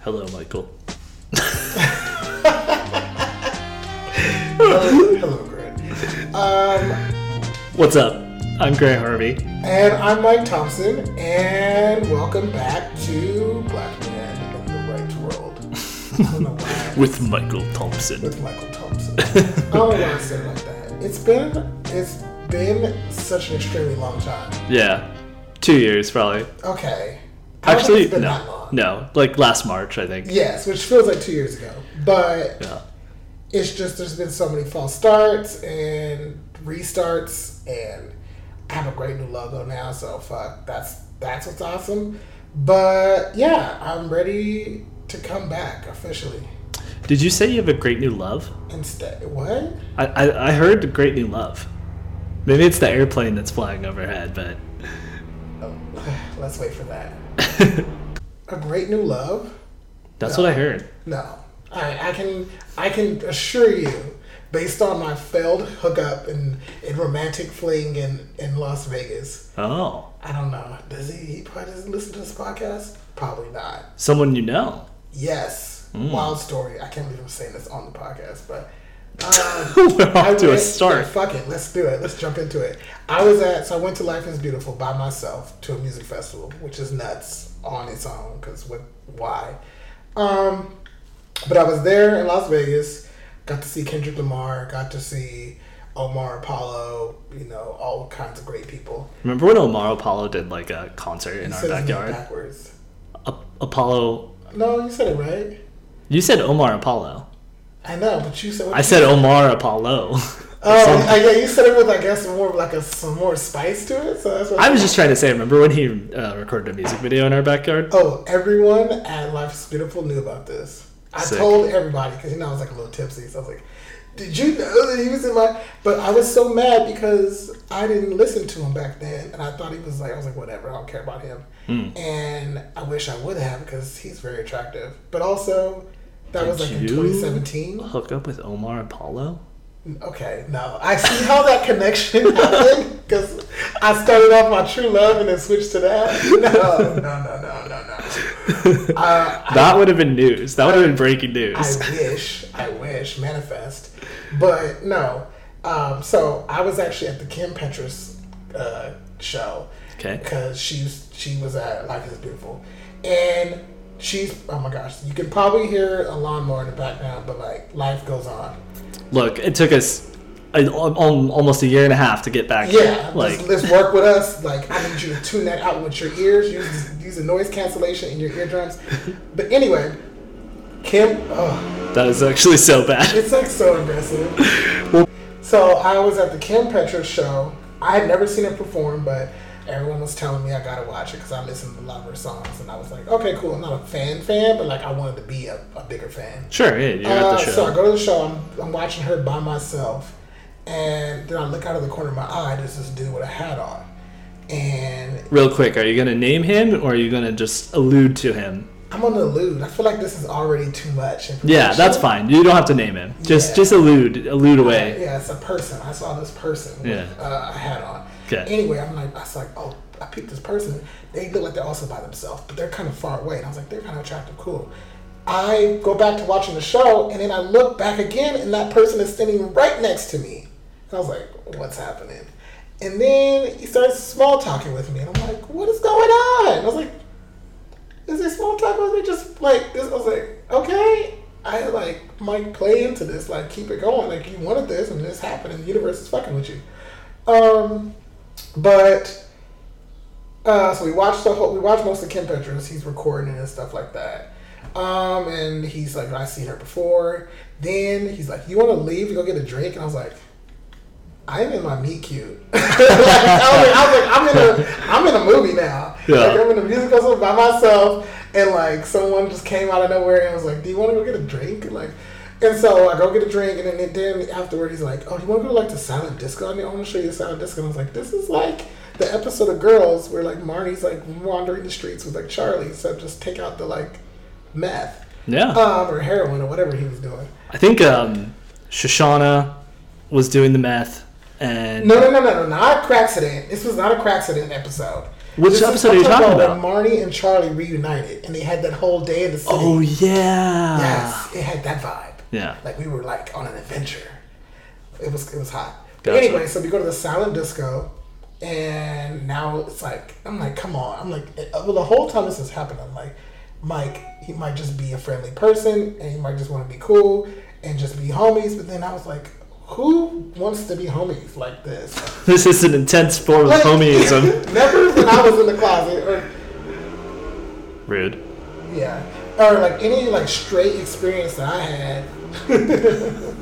Hello, Michael. Hello, hello, Grant. Um, What's up? I'm Grant Harvey. and I'm Mike Thompson, and welcome back to Black Man in the Right World. I don't know why. With Michael Thompson. With Michael Thompson. I don't know why I said it like that. It's been it's been such an extremely long time. Yeah. Two years, probably. Okay. I don't think Actually, it's been that no. long. No. Like last March, I think. Yes, which feels like two years ago, but Yeah. it's just there's been so many false starts and restarts and I have a great new logo now, so fuck that's that's what's awesome. But yeah, I'm ready to come back officially. Did you say you have a great new love? Instead what? I, I, I heard great new love. Maybe it's the airplane that's flying overhead, but. Oh, let's wait for that. a great new love? That's No. what I heard. No. I, I can I can assure you, based on my failed hookup and, and romantic fling in, in Las Vegas, Oh. I don't know. Does he, he probably doesn't listen to this podcast? Probably not. Someone you know. Yes. Hmm. Wild story. I can't believe I'm saying this on the podcast, but um, We're I off to a went- start. yeah, fuck it. Let's do it. Let's jump into it. I was at so I went to Life is Beautiful by myself to a music festival, which is nuts on its own. Cause what? Why? Um, but I was there in Las Vegas. Got to see Kendrick Lamar. Got to see Omar Apollo. You know, all kinds of great people. Remember when Omar Apollo did like a concert in He our says his name backyard? backwards. A- Apollo. No, you said it right. You said Omar Apollo. I know, but you said I said Omar Apollo. Oh, uh, yeah, you said it with I guess more like a some more spice to it. So that's what I was just trying to say, remember when he uh, recorded a music video in our backyard? Oh, everyone at Life is Beautiful knew about this. I Sick. told everybody because you know I was like a little tipsy, so I was like, "Did you know that he was in my?" But I was so mad because I didn't listen to him back then, and I thought he was like, I was like, "Whatever, I don't care about him." And I wish I would have because he's very attractive. But also, that was like Did in you- 2017. Hook up with Omar Apollo? Okay, no. I see how that connection happened because I started off my true love and then switched to that. No, no, no, no, no, no. Uh, That would have been news. That would have been breaking news. I wish, I wish, manifest. But no. Um, so I was actually at the Kim Petras uh, show. Okay. Because she's she was at Life is Beautiful, and she's oh my gosh, you can probably hear a lawnmower in the background, but like life goes on. Look, it took us a, al- al- almost a year and a half to get back. Yeah, Like, let's, let's work with us. Like, I need you to tune that out with your ears. Use use a noise cancellation in your eardrums. But anyway, Kim, oh, that is actually so bad. it's like so aggressive. So I was at the Kim Petras show. I had never seen her perform, but everyone was telling me I gotta watch it because I listened to a lot of her songs, and I was like, okay, cool. I'm not a fan fan, but like I wanted to be a, a bigger fan. Sure, yeah, you're at Uh, the So I show. go to the show. I'm, I'm watching her by myself, and then I look out of the corner of my eye. There's this dude with a hat on, and Real quick, are you going to name him or are you going to just allude to him? I'm gonna elude. I feel like this is already too much. information. Yeah, that's fine. You don't have to name him. Just Yeah. just allude, allude away. Yeah, it's a person. I saw this person Yeah. with uh, a hat on. 'Kay. Anyway, I'm like, I was like, oh, I picked this person. They look like they're also by themselves, but they're kind of far away. And I was like, they're kind of attractive, cool. I go back to watching the show, and then I look back again, and that person is standing right next to me. And I was like, what's happening? And then he starts small talking with me, and I'm like, what is going on? And I was like, is there small talk or is it just like this? I was like, okay. I like might play into this, like keep it going. Like you wanted this and this happened and the universe is fucking with you. Um but uh so we watched the whole we watched most of Kim Petras, he's recording and stuff like that. Um and he's like, I've seen her before. Then he's like, You wanna leave to go get a drink? And I was like, I'm in my meet cute. like, I was like, I was like, I'm in a, I'm in a movie now. Yeah. Like, I'm in a music festival by myself, and like someone just came out of nowhere and was like, "Do you want to go get a drink?" Like, and so I go get a drink, and then, then afterward he's like, "Oh, you want to go like to silent disco? I want to show you the silent disco." And I was like, "This is like the episode of Girls where like Marnie's like wandering the streets with like Charlie, except just take out the like meth Yeah. um, or heroin or whatever he was doing." I think um, Shoshana was doing the meth, and No, no, no, no, no, not a crack accident. This was not a crack accident episode. Which This is episode are you something talking about? When Marnie and Charlie reunited, and they had that whole day in the city. Oh yeah. Yes, it had that vibe. Yeah. Like we were like on an adventure. It was it was hot. But Gotcha. anyway, so we go to the silent disco, and now it's like I'm like, come on, I'm like, eh, well, the whole time this is happening, I'm like, Mike, he might just be a friendly person, and he might just want to be cool and just be homies. But then I was like, who wants to be homies like this? This is an intense form of Like, homieism. Never when I was in the closet or Rude. yeah. Or like any like straight experience that I had.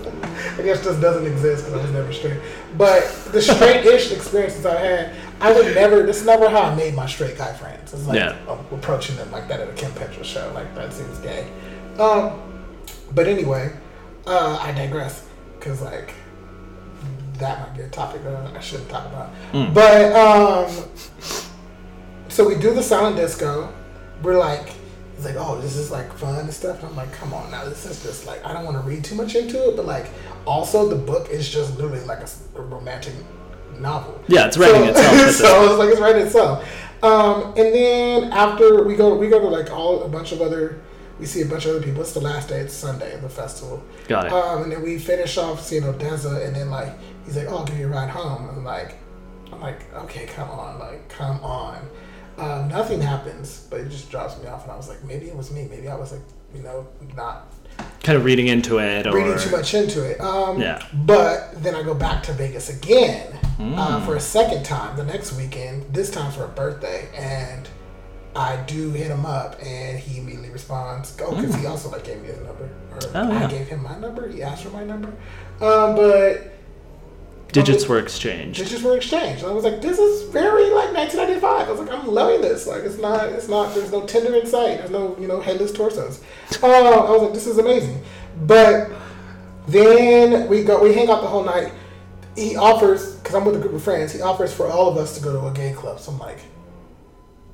I guess just doesn't exist because I was never straight. But the straight-ish experiences I had, I would never. That's never how I made my straight guy friends. It's like Yeah. um, approaching them like that at a Kim Petras show. Like that seems gay. Um, but anyway, uh, I digress because like that might be a topic that I shouldn't talk about. Hmm. But um, so we do the silent disco. We're like, it's like, oh, this is like fun and stuff. And I'm like, come on, now this is just like, I don't want to read too much into it, but like, also the book is just literally like a, s- a romantic novel. Yeah, it's writing So- itself at this so it's like it's writing itself. Um, and then after we go, we go to like all a bunch of other, we see a bunch of other people. It's the last day. It's Sunday of the festival. Got it. Um, and then we finish off seeing Odessa, and then like he's like, "Oh, I'll give you a ride home." I'm like, I'm like, okay, come on, like, come on. Um, nothing happens, but it just drops me off, and I was like, maybe it was me. Maybe I was like, you know, not kind of reading into it or reading too much into it. Um, Yeah. But then I go back to Vegas again Hmm. uh, for a second time the next weekend, this time for a birthday. And I do hit him up, and he immediately responds, go, because he also like gave me his number. Or Hmm. Oh, I yeah. gave him my number. He asked for my number. Um, but digits were exchanged. digits were exchanged. And I was like, this is very like 1995. I was like, I'm loving this. Like, it's not, it's not, there's no tender in sight. There's no, you know, headless torsos. Oh, I was like, this is amazing. But then we go, we hang out the whole night. He offers, because I'm with a group of friends, he offers for all of us to go to a gay club. So I'm like,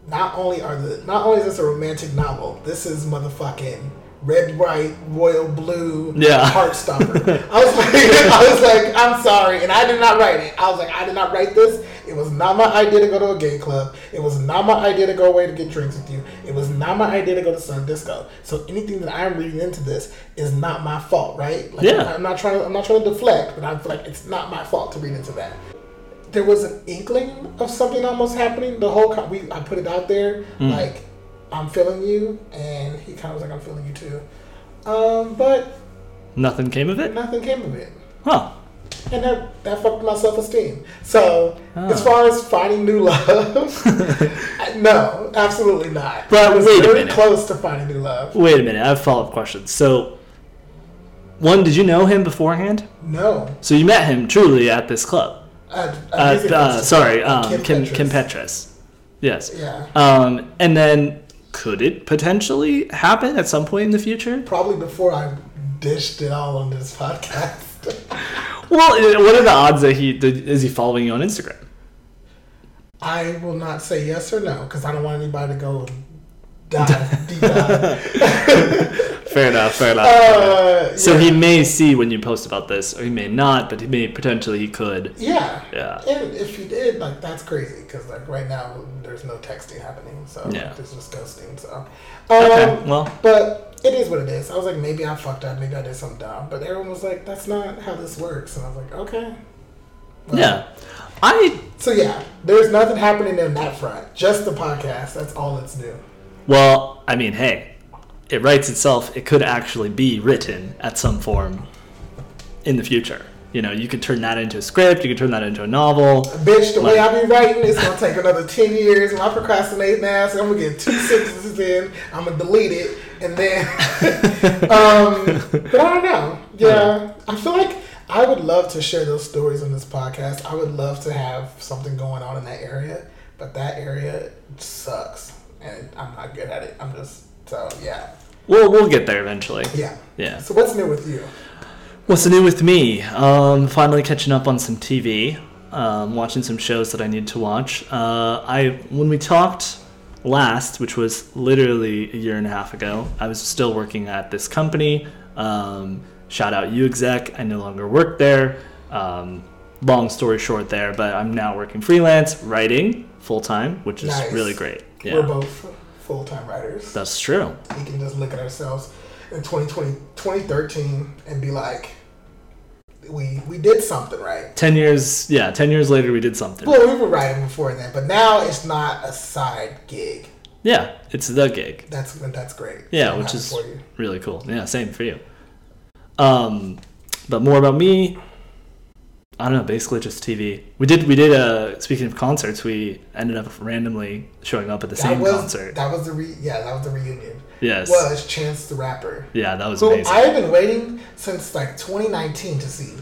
not only are the, not only is this a romantic novel, this is motherfucking red, white, royal blue, Yeah. heart stopper. I was like, I was like, I'm sorry, and I did not write it. I was like, I did not write this. It was not my idea to go to a gay club. It was not my idea to go away to get drinks with you. It was not my idea to go to Sun Disco. So anything that I'm reading into this is not my fault, right? Like, Yeah. I'm not trying. I'm not trying to deflect, but I feel like it's not my fault to read into that there was an inkling of something almost happening. The whole co- we I put it out there like I'm feeling you, and he kind of was like I'm feeling you too, um, but Nothing came of it? nothing came of it, Huh. and that that fucked my self esteem. So as Ah. far as finding new love, I- no, absolutely not. But I was wait a very minute. close to finding new love. Wait a minute, I have follow up questions. So one, did you know him beforehand? No, So you met him truly at this club. I, I Uh, visited uh, sorry, um, Kim Kim, Kim, Petras. Petras. Yes. Yeah. Um, and then could it potentially happen at some point in the future? probably before I dished it all on this podcast. Well, i- what are the odds that he did, is he following you on Instagram? I will not say yes or no because I don't want anybody to go dive deep dive. Fair enough. Fair enough. uh, so yeah. he may see when you post about this, or he may not, but he may potentially he could. yeah. Yeah. And if you did, like, that's crazy because, like, right now there's no texting happening. So Yeah. it's just ghosting. So, um, Okay. Well, but it is what it is. I was like, maybe I fucked up. Maybe I did something dumb. But everyone was like, that's not how this works. And I was like, okay. Well, yeah. I So, yeah, there's nothing happening on that front. Just the podcast. That's all it's new. well, I mean, hey, it writes itself. It could actually be written at some form in the future. You know, you could turn that into a script. You could turn that into a novel. Bitch, the way I be writing, it's gonna take another ten years. And I procrastinate now, so I'm gonna get two sentences in. I'm gonna delete it, and then. um, but I don't know. Yeah, I feel like I would love to share those stories on this podcast. I would love to have something going on in that area, but that area sucks, and I'm not good at it. I'm just so yeah, We'll we'll get there eventually. yeah. Yeah. So what's new with you? What's new with me? Um, finally catching up on some TV, um, watching some shows that I need to watch. Uh, I when we talked last, which was literally a year and a half ago, I was still working at this company. Um, shout out you exec. I no longer work there. Um, long story short, there, but I'm now working freelance, writing full time, which is Nice. really great. Yeah, We're both full time writers. that's true. we can just look at ourselves in 2020, 2013 and be like, we we did something right. Ten years, yeah, ten years later, we did something. Well, we were writing before then, but now it's not a side gig. yeah, it's the gig. That's that's great. Yeah, I'm which happy is for you. really cool. Yeah, same for you. Um, but more about me. I don't know. Basically, just TV. We did. We did. Uh, speaking of concerts, we ended up randomly showing up at the that same was concert. that was the re- yeah that was the reunion. yes. Was Chance the Rapper, yeah, that was who amazing. I have been waiting since like 2019 to see,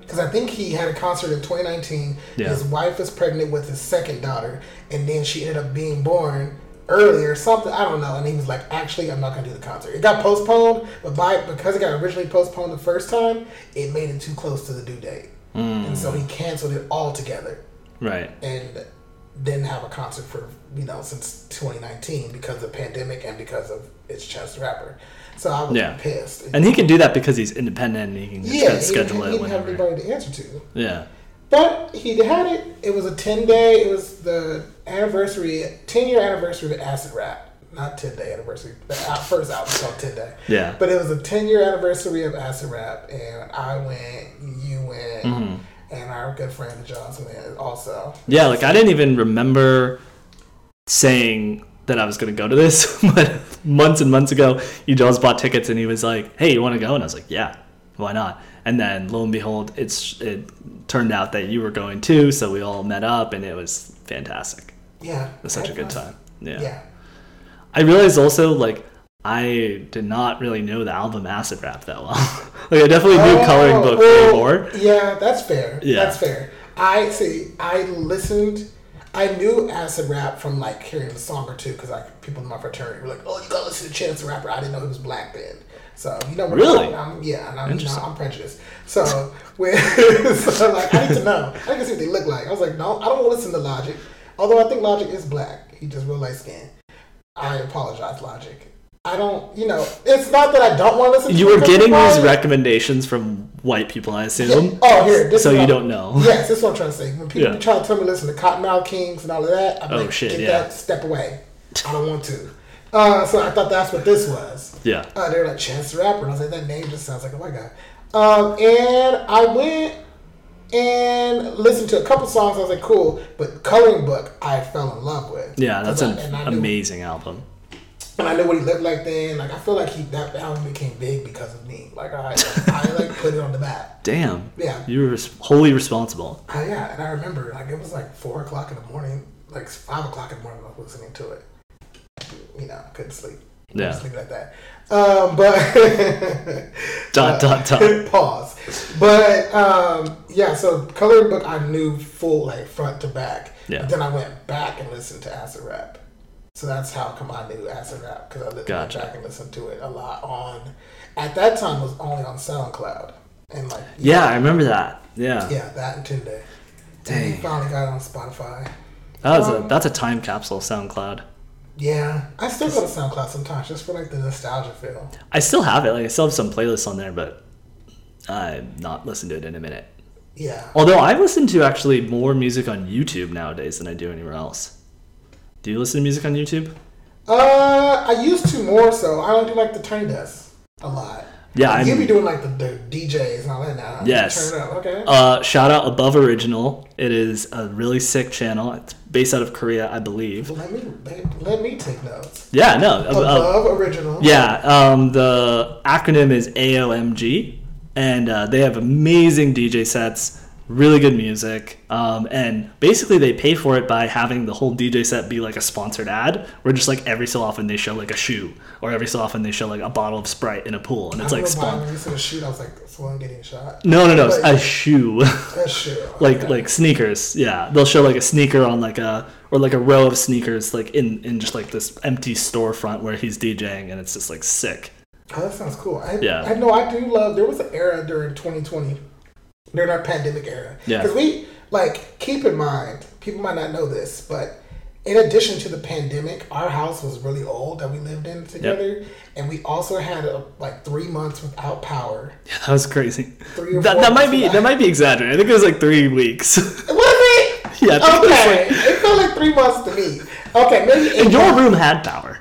because I think he had a concert in 2019. Yeah. His wife was pregnant with his second daughter, and then she ended up being born early or something. I don't know. And he was like, actually, I'm not gonna do the concert. It got postponed, but by because it got originally postponed the first time, it made it too close to the due date, Hmm. and so he canceled it altogether. right. and didn't have a concert for you know since 2019 because of the pandemic and because of it's Chance the Rapper. So I was Yeah. pissed. And he can do that because he's independent and he can just yeah, he, schedule he it didn't have whenever. anybody to answer to. Yeah. But he had it. It was a 10 day. It was the anniversary, 10 year anniversary of Acid Rap. Not 10 day anniversary. The al- first album was called 10 day. Yeah. But it was a 10 year anniversary of Acid Rap, and I went, you went, Mm-hmm. and our good friend Johnson went also. Yeah. Like I didn't even remember saying that I was going to go to this, but months and months ago, you just bought tickets and he was like, "Hey, you want to go?" And I was like, "Yeah, why not?" And then lo and behold, it's it turned out that you were going too, so we all met up and it was fantastic. Yeah. It was such a good time. Yeah. I realized also like I did not really know the album Acid Rap that well. like I definitely knew Coloring Oh, Book way well, more. Yeah, that's fair. Yeah. That's fair. I see. I listened. I knew acid rap from like hearing a song or two because like people in my fraternity were like, "Oh, you gotta listen to Chance the Rapper." I didn't know he was black then, so you know. when Really? I'm, I'm- yeah, and I'm, you know, Interesting. I'm prejudiced. So when so like I need to know. I can see what they look like. I was like, no, I don't want to listen to Logic. Although I think Logic is black. He just real light skin. I apologize, Logic. I don't, you know, it's not that I don't want to listen. to You were Chance getting these Rapper. recommendations from white people, I assume. Oh, here. This so is you what- don't know. Yes, that's what I'm trying to say. When people Yeah. try to tell me to listen to Cottonmouth Kings and all of that, I'm Oh, like, shit, get yeah. that, step away. I don't want to. Uh, so I thought that's what this was. Yeah. Uh, they were like, Chance the Rapper. And I was like, that name just sounds like, oh my God. Um, and I went and listened to a couple songs. I was like, cool. But Coloring Book, I fell in love with. Yeah, that's an And I- and I knew- amazing album. and I knew what he looked like then. Like, I feel like he that album became big because of me. Like, I, I like put it on the map. Damn. Yeah. You were res- wholly responsible. Uh, yeah, and I remember like it was like four o'clock in the morning, like five o'clock in the morning. I was listening to it. You know, couldn't sleep. Yeah. just leave it at that. Um, but Dot, dot, dot. pause. But um, yeah, so coloring book I knew full like front to back. Yeah. But then I went back and listened to acid rap. So that's how come I knew acid rap because I li- Gotcha. went back and listened to it a lot on. At that time, it was only on SoundCloud and like Yeah, I remember that. Yeah. yeah, that and Tinder. Dang. And he finally got it on Spotify. That was Um, a that's a time capsule SoundCloud. Yeah, I still go to SoundCloud sometimes just for like the nostalgia feel. I still have it. Like I still have some playlists on there, but I've not listened to it in a minute. Yeah. Although I listen to actually more music on YouTube nowadays than I do anywhere else. Do you listen to music on YouTube? Uh, I used to more so. I don't do like the turn desk a lot. Yeah, I'm- you be doing like the, the DJs and all that now. Yes. Turn it up, okay. Uh, shout out Above Original. It is a really sick channel. It's based out of Korea, I believe. let me let, let me take notes. Yeah, no. ab- ab- Above original. Yeah, um, the acronym is AOMG, and uh, they have amazing DJ sets, really good music, um, and basically they pay for it by having the whole DJ set be like a sponsored ad, where just like every so often they show like a shoe, or every so often they show like a bottle of Sprite in a pool, and I it's don't like know why spon- when you said a shoot, I was like, someone getting shot. no, no, no, it's But- a shoe. That shit. like okay. like sneakers yeah they'll show like a sneaker on like a or like a row of sneakers like in in just like this empty storefront where he's djing and it's just like sick Oh, that sounds cool. I, Yeah. I know. I do love. There was an era during 2020, during our pandemic era. Yeah. Because we like keep in mind, people might not know this, but in addition to the pandemic, our house was really old that we lived in together, and we also had a, like three months without power. yeah that was crazy Three or that, four that might be months that might be exaggerated i think it was like three weeks Was it? yeah. I think that's Okay, it felt like three months to me. Okay, maybe like- eight your room had power.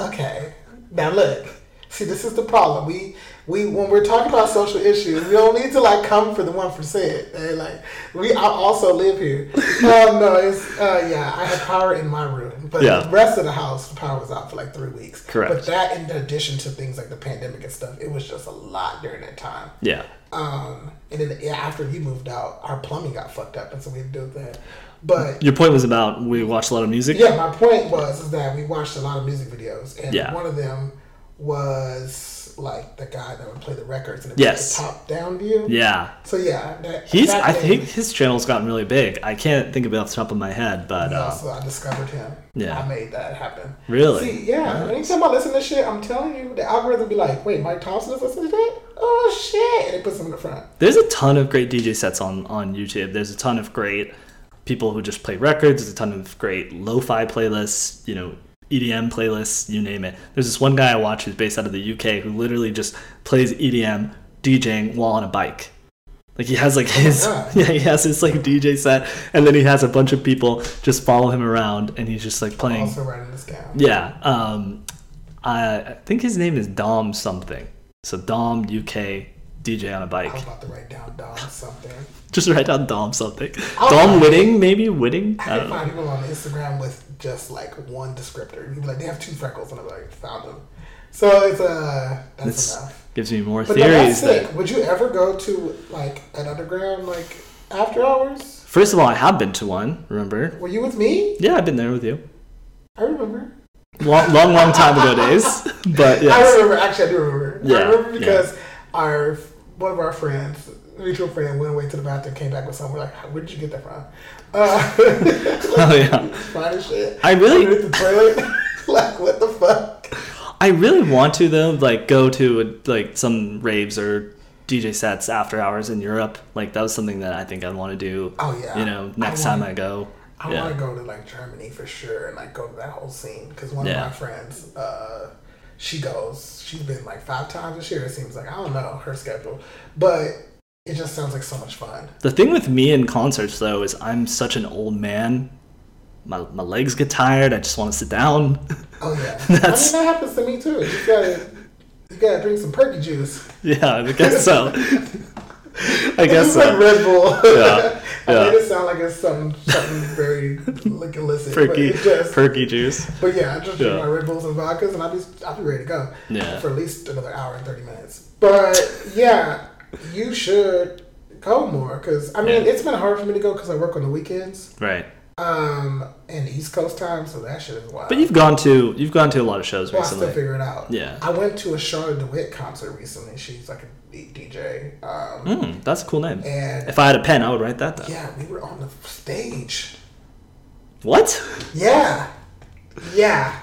Okay. Now look. See, this is the problem. We we when we're talking about social issues, we don't need to like come for the one percent. Eh, Like we, I also live here. Um, no, it's uh, yeah. I had power in my room, but Yeah. the rest of the house, the power was out for like three weeks. Correct. But that, in addition to things like the pandemic and stuff, it was just a lot during that time. Yeah. Um, and then yeah, after we moved out, our plumbing got fucked up, and so we had to deal with that. But Your point was about we watched a lot of music. yeah, my point was is that we watched a lot of music videos, and Yeah. one of them was like the guy that would play the records, and it was Yes. the top down view. Yeah. So yeah, that, He's. that I thing think his channel's gotten really big. I can't think of it off the top of my head, but is uh, Also, I discovered him. Yeah. I made that happen. Really? See, yeah. Anytime I listen to shit, I'm telling you, the algorithm be like, "Wait, Mike Thompson is listening to that? Oh shit!" And it puts him in the front. there's a ton of great DJ sets on on YouTube. There's a ton of great people who just play records. There's a ton of great lo-fi playlists. You know. EDM playlists, you name it. There's this one guy I watch who's based out of the UK who literally just plays E EDM DJing while on a bike. Like he has like his God. yeah he has his like DJ set, and then he has a bunch of people just follow him around, and he's just like playing Also writing this down. Yeah. Um, I, I think his name is Dom something. So Dom UK DJ on a bike. I'm about to write down Dom something. Just write down Dom something. I'll Dom find Whitting, maybe Whitting. I I don't know. find people on Instagram with just like one descriptor. You'd be like, they have two freckles, and I'm like, found them. So it's uh, that's This enough. gives me more But no, theories. that's sick. That, Would you ever go to like an underground like after hours? first of all, I have been to one. Remember? Were you with me? Yeah, I've been there with you. I remember. Long, long, long time ago days. But I yes. remember. Actually, I do remember. Yeah, I remember yeah. because our one of our friends, mutual friend, went away to the bathroom, came back with something. We're like, where did you get that from? Uh, Oh yeah. fine as shit. I really- Underneath the toilet. like, what the fuck? I really want to though, like go to like some raves or DJ sets after hours in Europe. Like that was something that I think I want to do. Oh, yeah. You know, I next wanna- time I go. I yeah. want to go to like Germany for sure and like go to that whole scene because one Yeah. of my friends, uh, she goes. She's been like five times this year. It seems like I don't know her schedule, but it just sounds like so much fun. The thing with me in concerts though is I'm such an old man. My, my legs get tired. I just want to sit down. Oh yeah, That's- I mean that happens to me too. You gotta you gotta drink some perky juice. yeah, I guess so. I guess It's like so. Red Bull. Yeah, I yeah. made it sound like it's some something very like illicit, Perky, but it just perky juice. But yeah, I just drink Yeah. my Red Bulls and vodkas, and I'll be I'll be ready to go Yeah. for at least another hour and thirty minutes. But yeah, you should go more because I mean Yeah. it's been hard for me to go because I work on the weekends Right. um, and East Coast time, so that shit is wild. But you've gone to you've gone to a lot of shows Well, I still recently. figure it out. Yeah. I went to a Charlotte DeWitt concert recently. She's like a D- DJ, um, Mm, that's a cool name. and If I had a pen, I would write that down. yeah, we were on the stage. What? Yeah, yeah.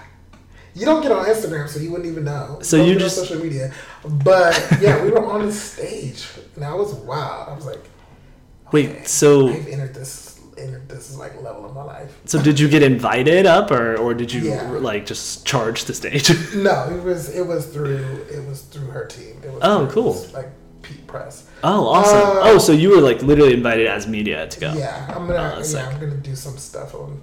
You don't get on Instagram, so you wouldn't even know. So Don't you get on just- social media, but yeah, we were on the stage, and I was wild. I was like, Wait. okay, So I've entered this entered this like level of my life. so did you get invited up, or or did you Yeah. like just charge the stage? No, it was it was through it was through her team. It was Oh, through, cool. Like Pete Press. oh, awesome. Uh, oh, so you were like literally invited as media to go. Yeah, I'm gonna Oh, that's yeah, sick. I'm gonna do some stuff on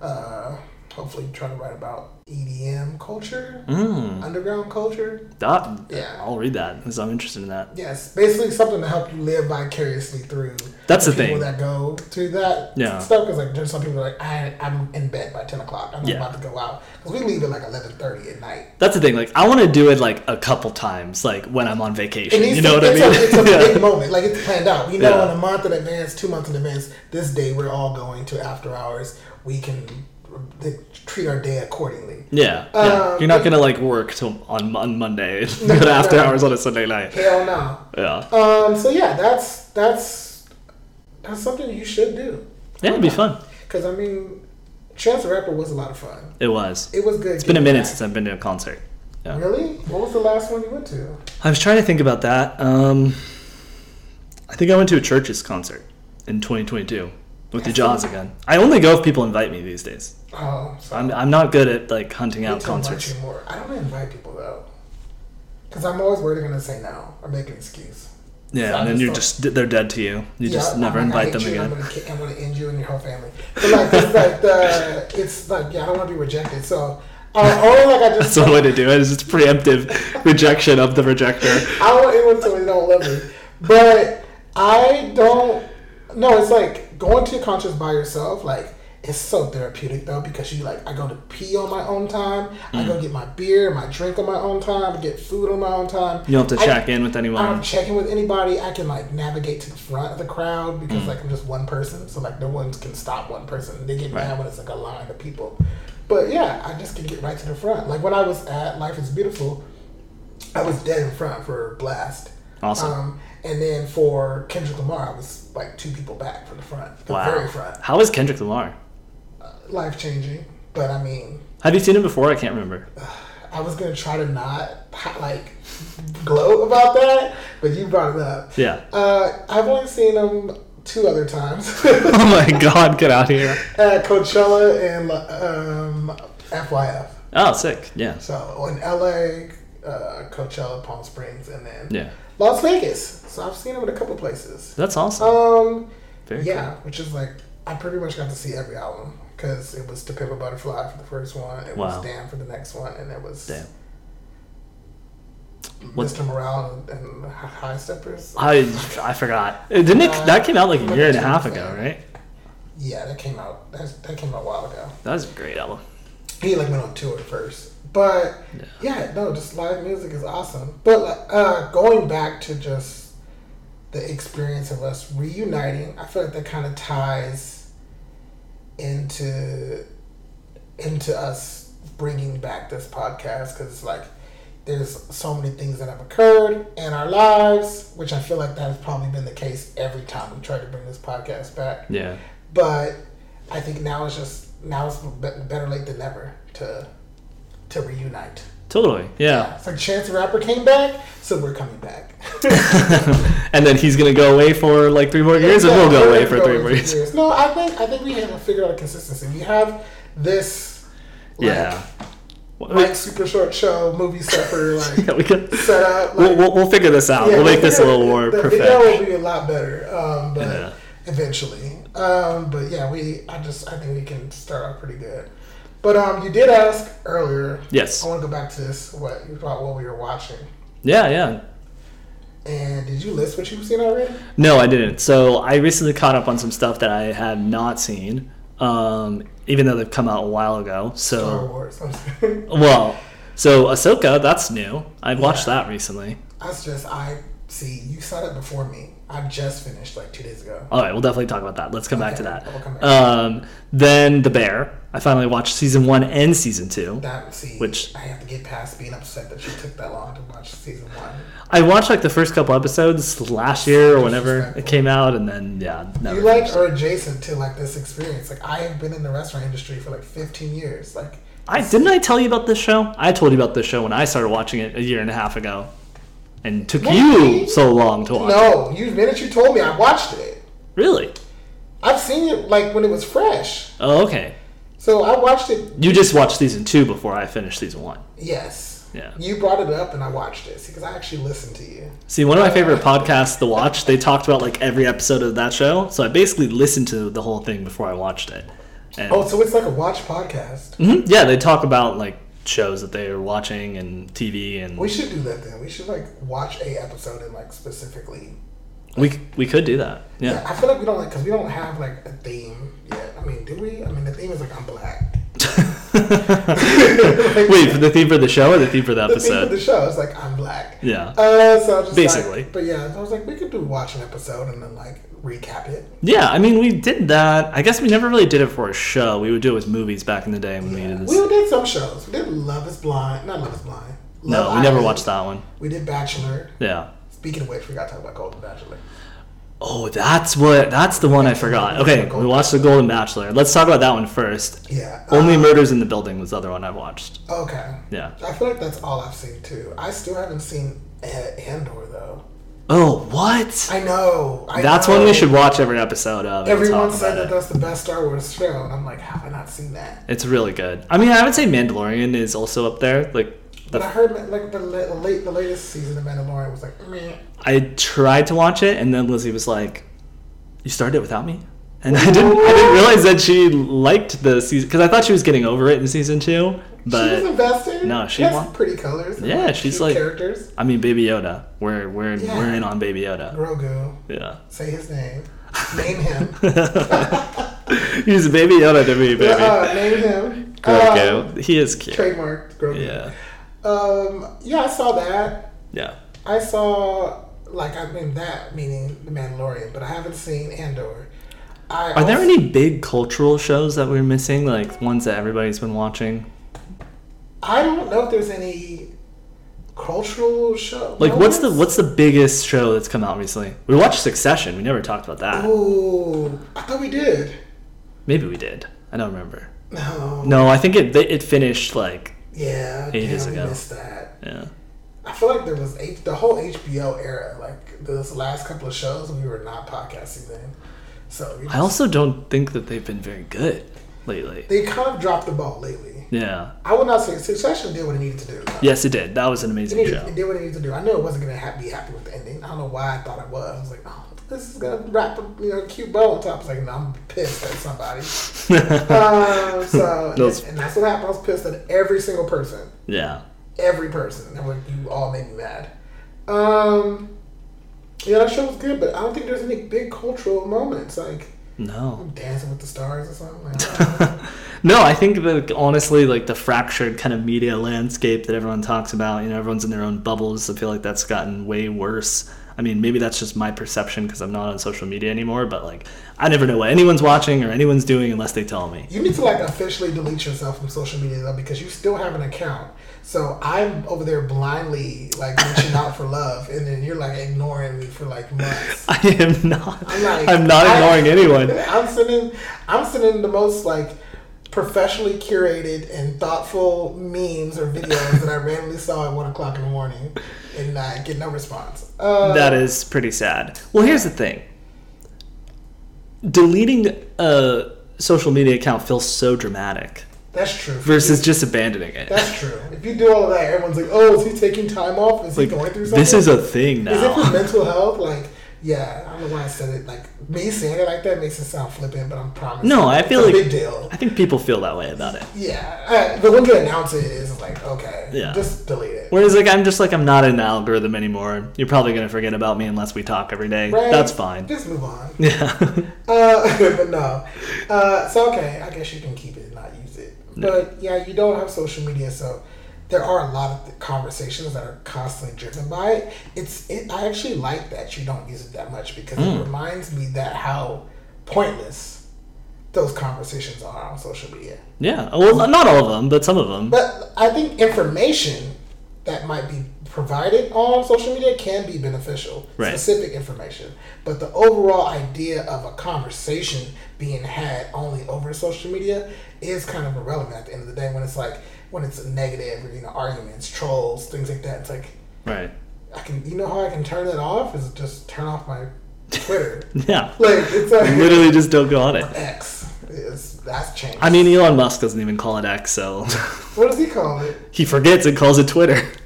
uh hopefully try to write about EDM culture, Mm. underground culture. That, Yeah. I'll read that because I'm interested in that. Yes, basically something to help you live vicariously through. That's the people thing. that go to that Yeah. stuff because like there's some people like I I'm in bed by ten o'clock. I'm not Yeah. about to go out because we leave at like eleven thirty at night. That's the thing. Like, I want to do it like a couple times, like when I'm on It vacation. needs You know what to, I it's A, it's a mean? big yeah. moment. Like it's planned out. We know Yeah. in a month in advance, two months in advance, this day we're all going to after hours. We can uh, treat our day accordingly. Yeah, yeah. Um, You're not gonna like work till on on Monday, and go to no, after no. hours on a Sunday night. Hell no. Yeah, Um. So yeah, that's that's that's something you should do. yeah, it'd be fun. Because I mean, Chance the Rapper was a lot of fun. It was. It was good. It's been a minute since I've been to a concert. Yeah, Really? What was the last one you went to? I was trying to think about that. Um, I think I went to a church's concert in 2022 with the Jaws again. I only go if people invite me these days. Oh, so Um, I'm I'm not good at like hunting I need out to invite concerts. you more. I don't invite people though, because I'm always worried they're gonna say no or make an excuse. Yeah, So I and then you're thought- just they're dead to you. You Yeah, just I'm never like, I invite hate them you, again. I'm gonna, ki- I'm gonna end you and your whole family. But like, it's like the, it's like, yeah, I don't want to be rejected. So, uh, only like I just, That's one way to do it. It's just preemptive rejection of the rejector. I don't want anyone to tell me they don't love me. But I don't. No, it's like going to your conscience by yourself. Like it's so therapeutic though because you like I go to pee on my own time. I go get my beer, my drink on my own time. I get food on my own time. You don't have to I- um, check in with I don't anyone. check in with anybody. I can like navigate to the front of the crowd Mm. because like I'm just one person, so like no one can stop one person. They get mad when it's like a line of people. But yeah, I just can get right to the front. Like when I was at Life Is Beautiful, I was dead in front for Blast. Awesome. Um, and then for Kendrick Lamar, I was like two people back from the front, the very Wow. front. How is Kendrick Lamar? Life changing, but I mean, Have you seen him before? I can't remember. I was gonna try to not like gloat about that, but you brought it up. Yeah. Uh, I've only seen him two other times Oh my god, get out of here. at Coachella and um, FYF. Oh, sick. Yeah. So in LA, uh, Coachella, Palm Springs, and then Yeah. Las Vegas. So I've seen him in a couple places. That's awesome. Um, Very yeah, which is like I pretty much got to see every album because it was To Pimp a Butterfly for the first one, it Wow. was Damn for the next one, and it was Damn. What's- Mr. Morale and High Steppers. I I forgot. Uh, Didn't it, that came out like a year and a half ago, right? Yeah, that came out. That, that came out a while ago. That was a great album. he like went on tour first. But yeah, no, just live music is awesome. But like uh, going back to just the experience of us reuniting, I feel like that kind of ties into into us bringing back this podcast because it's like there's so many things that have occurred in our lives, which I feel like that has probably been the case every time we try to bring this podcast back Yeah. but I think now it's just now it's be- better late than never to to reunite. Totally. Yeah. It's like Chance the Rapper came back, so we're coming back. and then he's gonna go away for like three more years, and we'll go away for three more years. No, I think I think we have figured out a consistency. We have this like, Yeah. like super short show movie supper like Yeah, we can. set up. Like, We'll, we'll, we'll figure this out. yeah, we'll the make this a video- little more the perfect. video will be a lot better, um, but Yeah. eventually. Um, but yeah, we I just I think we can start off pretty good. But um, you did ask earlier Yes. I want to go back to this. What you thought what we were watching, Yeah, yeah. and did you list what you've seen already? No, I didn't. So I recently caught up on some stuff that I had not seen, um, even though they've come out a while ago. Star So, Wars. I'm sorry. well, so Ahsoka, that's new. I watched that recently. That's just I see you saw that before me. I just finished like two days ago. All right, we'll definitely talk about that. Let's come back to Okay, that. we'll come back. Um, then The Bear. I finally watched season one and season two. That see, Which- I have to get past being upset that you took that long to watch season one. I watched like the first couple episodes last year or whenever it Disrespectful. came out, and then yeah, never. You finished like it. are adjacent to like this experience. Like I have been in the restaurant industry for like 15 years. Like I didn't I tell you about this show? I told you about this show when I started watching it a year and a half ago, and took you Really? so long to watch. it. no, you the minute you told me, I watched it. Really? I've seen it like when it was fresh. Oh, okay. So I watched it. You just watched season two before I finished season one. Yes. Yeah. You brought it up and I watched it because I actually listened to you. See, one of my favorite podcasts, The Watch, they talked about like every episode of that show, so I basically listened to the whole thing before I watched it. And, Oh, so it's like a watch podcast. Mhm, yeah, they talk about like shows that they are watching and TV, and we We should do that then. We should like watch a episode and like specifically. we, c- we could do that. Yeah. I feel like we don't like because we don't have like a theme yet. I mean, do we? I mean, the theme is like I'm black. Wait, for the theme for the show or the theme for the The theme of episode? the show is like I'm black. Yeah. Uh, so I was just Basically. like- but yeah, I was like, we could do watch an episode and then like recap it. Yeah, I mean, we did that. I guess we never really did it for a show. We would do it with movies back in the day when we did We this. did some shows. We did Love Is Blind, not Love Is Blind. No, Love we never Island. watched that one. We did Bachelor. Yeah. Speaking of which, we got to talk about Golden Bachelor. Oh, that's what. That's the one I forgot. Okay, we watched The Golden Bachelor. Let's talk about that one first. Yeah. um, Only Murders in the Building was the other one I watched. Okay. Yeah. I feel like that's all I've seen too. I still haven't seen A- Andor though. Oh, what? I know. I That's know. one we should watch every episode of. and Everyone talk said about that it. that's the best Star Wars show, and I'm like, how have I not seen that? It's really good. I mean, I would say Mandalorian is also up there. Like, But I heard like the, la- late, the latest season of Mandalorian was like meh. I tried to watch it, and then Lizzie was like, "You started it without me," and I didn't. I didn't realize that she liked the season because I thought she was getting over it in season two. she was But invested. no, she has won. pretty colors. and, Yeah, she's cute like- characters. I mean, Baby Yoda. We're we're Yeah. we're in on Baby Yoda. Grogu, Yeah, say his name. Name him. he's Baby Yoda to me, baby. Uh, name him. Um, Grogu. he is cute. trademarked Grogu. Yeah, Um, yeah, I saw that. yeah. I saw like I mean that meaning the Mandalorian, but I haven't seen Andor. I Are there also- any big cultural shows that we're missing? Like ones that everybody's been watching? I don't know if there's any cultural show. Like what's the moments. what's the biggest show that's come out recently? We watched Succession. We never talked about that. Ooh, I thought we did. Maybe we did. I don't remember. No. No, I think it they- it finished like Yeah. Ages damn, ago. We missed that. yeah. I feel like there was H- the whole HBO era, like those last couple of shows, we were not podcasting then. So you I also don't think that they've been very good lately. they kind of dropped the ball lately. Yeah. I would not say Succession did what it needed to do. though. Yes, it did. That was an It, amazing needed, show. it did what it needed to do. I knew it wasn't gonna ha- be happy with the ending. I don't know why I thought it was. I was like, oh, this is gonna wrap a you know cute bow on top. I was like, no, I'm pissed at somebody. um, so Those- and, that's what happened. I was pissed at every single person, yeah. every person. I'm like, you all made me mad. Um, yeah, that show was good, but I don't think there's any big cultural moments like No. Dancing with the Stars or something. Like, I don't know. No, I think that honestly, like the fractured kind of media landscape that everyone talks about, you know, everyone's in their own bubbles. I feel like that's gotten way worse. I mean, maybe that's just my perception because I'm not on social media anymore, but like I never know what anyone's watching or anyone's doing unless they tell me. You need to like officially delete yourself from social media though because you still have an account. So I'm over there blindly like reaching out for love, and then you're like ignoring me for like months. I am not. I'm like I'm not I- ignoring anyone. I'm sending, I'm sending the most like professionally curated and thoughtful memes or videos that I randomly saw at one o'clock in the morning, and I get no response. Uh, That is pretty sad. Well, here's the thing. Deleting a social media account feels so dramatic that's true. versus just abandoning it. that's true. If you do all of that, everyone's like, "Oh, is he taking time off? Is Like, he going through something?" this is a thing Is it for now. mental health? Like, yeah, I don't know why I said it. Like, me saying it like that makes it sound flippant, but I'm promising. No, I it's feel a like- big deal. I think people feel that way about it. Yeah, I, but when you announce it, it's like okay, Yeah. just delete it. Whereas, like, I'm just like, I'm not in the algorithm anymore. You're probably going to forget about me unless we talk every day. Right? That's fine. Just move on. Yeah. Uh, but no, uh, so okay, I guess you can keep it, and not use it. But yeah, you don't have social media, so there are a lot of th- conversations that are constantly driven by it. It's it, I actually like that you don't use it that much because it reminds me that how pointless those conversations are on social media. yeah. Well, not all of them, but some of them. But I think information that might be provided on social media can be beneficial, Right. specific information. But the overall idea of a conversation being had only over social media is kind of irrelevant at the end of the day when it's like, when it's negative, you know, arguments, trolls, things like that. It's like, Right. I can, you know how I can turn that off? Is just turn off my Twitter. Yeah. like, it's like Literally just don't go on it. X. It's, that's changed. I mean, Elon Musk doesn't even call it X, so what does he call it? he forgets and calls it Twitter.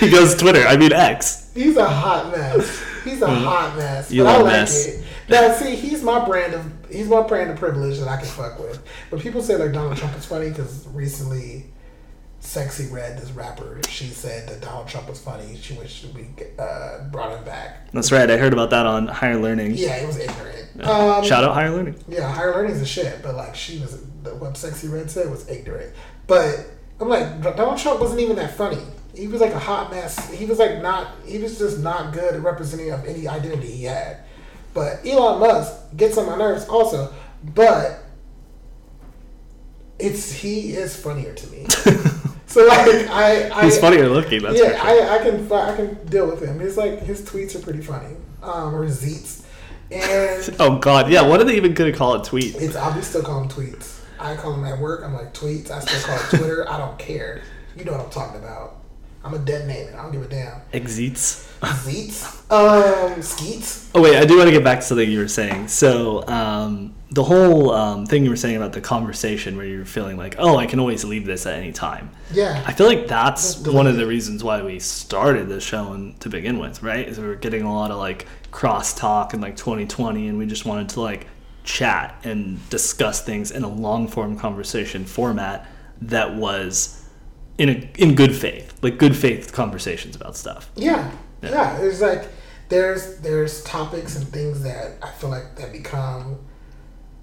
he goes Twitter. I mean X. He's a hot mess. He's a hot mess. Mm-hmm. But You I a like mess. it. Now, see, he's my brand of he's my brand of privilege that I can fuck with. But people say like Donald Trump is funny because recently, sexy red this rapper she said that Donald Trump was funny. She wished we uh, brought him back. That's right. I heard about that on Higher Learning. Yeah, it was ignorant. Um, Shout out Higher Learning. yeah, higher learning's a shit, but like she was what sexy red said was ignorant. But I'm like Donald Trump wasn't even that funny. He was like a hot mess. He was like not. He was just not good at representing of any identity he had. But Elon Musk gets on my nerves also. But it's he is funnier to me. so like I, I He's funnier looking. That's yeah, for sure. I, I can fi- I can deal with him. He's like his tweets are pretty funny, um, or his zeets, and oh God. Yeah. What are they even gonna call it? Tweet. it's I'll be still calling tweets. I call them at work. I'm like tweets. I still call it Twitter. I don't care. You know what I'm talking about. I'm a dead name it. I don't give a damn. Exits. Zeets? Um, Skeets? Oh wait, I do want to get back to something you were saying. So um, the whole um, thing you were saying about the conversation where you're feeling like, oh, I can always leave this at any time. Yeah. I feel like that's That's one of deleted. the reasons why we started this show and to begin with, right? Is we were getting a lot of like crosstalk in like 2020, and we just wanted to like chat and discuss things in a long form conversation format that was in a in good faith, like good faith conversations about stuff. Yeah, yeah. It's like there's there's topics and things that I feel like that become,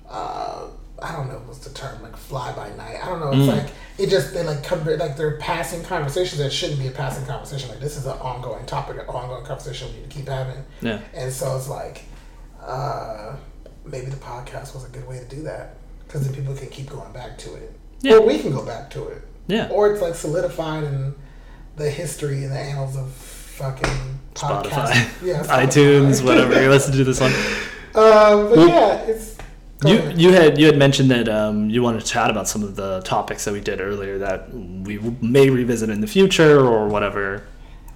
uh, I don't know what's the term like fly by night. I don't know. It's like it just they like come like they're passing conversations that shouldn't be a passing conversation. Like this is an ongoing topic, an ongoing conversation we need to keep having. Yeah. And so it's like, uh, maybe the podcast was a good way to do that because then people can keep going back to it, Yeah. or we can go back to it. Yeah. Or it's like solidified in the history and the annals of fucking Spotify, podcasting. Yeah, Spotify. iTunes, whatever you listen to this on. Um, but Well, yeah, it's. go You ahead. you had you had mentioned that um, you wanted to chat about some of the topics that we did earlier that we may revisit in the future or whatever.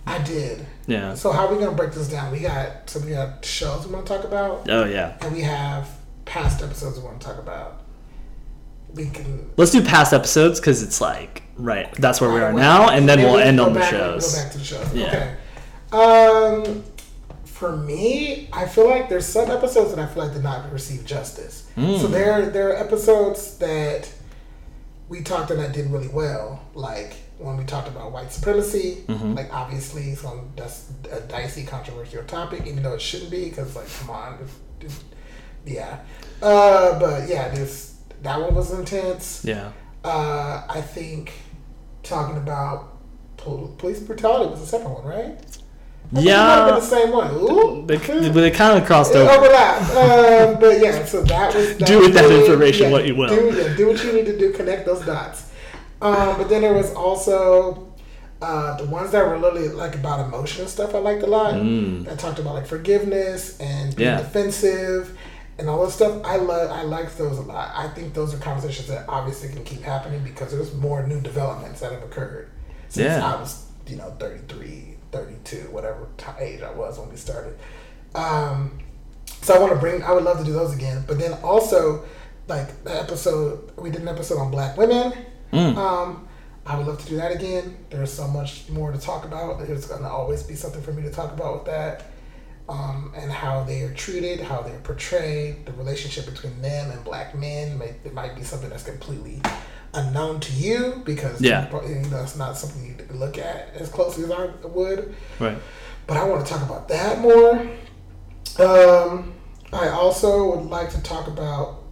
I did. Yeah. So how are we gonna break this down? We got so we got shows we want to talk about, Oh yeah. and we have past episodes we want to talk about. We can. Let's do past episodes because it's like right. That's where we are Alright, now, and then we'll we can end go on the back- Go shows. back to the show. Yeah. Okay. Um, for me, I feel like there's some episodes that I feel like did not receive justice. Hmm. So there, there are episodes that we talked and that did really well. Like when we talked about white supremacy, Mm-hmm. like obviously, so that's a dicey, controversial topic, even though it shouldn't be, because like, come on, if- if- yeah. Uh, but yeah, this that one was intense. Yeah. Uh, I think talking about pol- police brutality was the second one, right? I think it might have been the Yeah. same one. Ooh, They, hmm. they kind of crossed It over. overlapped. Um, but yeah, so that was that Do with that was- information yeah, what you will. Do, yeah, do what you need to do. Connect those dots. Um, but then there was also uh, the ones that were literally like about emotion and stuff. I liked a lot. That talked about like forgiveness and being Mm. Yeah. defensive and all that stuff. I love. I liked those a lot. I think those are conversations that obviously can keep happening because there's more new developments that have occurred since Yeah. I was you know 33 32 whatever t- age i was when we started um, so i want to bring i would love to do those again but then also like the episode we did an episode on black women Mm. um, i would love to do that again there's so much more to talk about there's going to always be something for me to talk about with that um, and how they are treated, how they're portrayed, the relationship between them and black men. May, it might be something that's completely unknown to you because Yeah. you probably- you know, it's not something you look at as closely as I would. Right. But I want to talk about that more. Um, I also would like to talk about.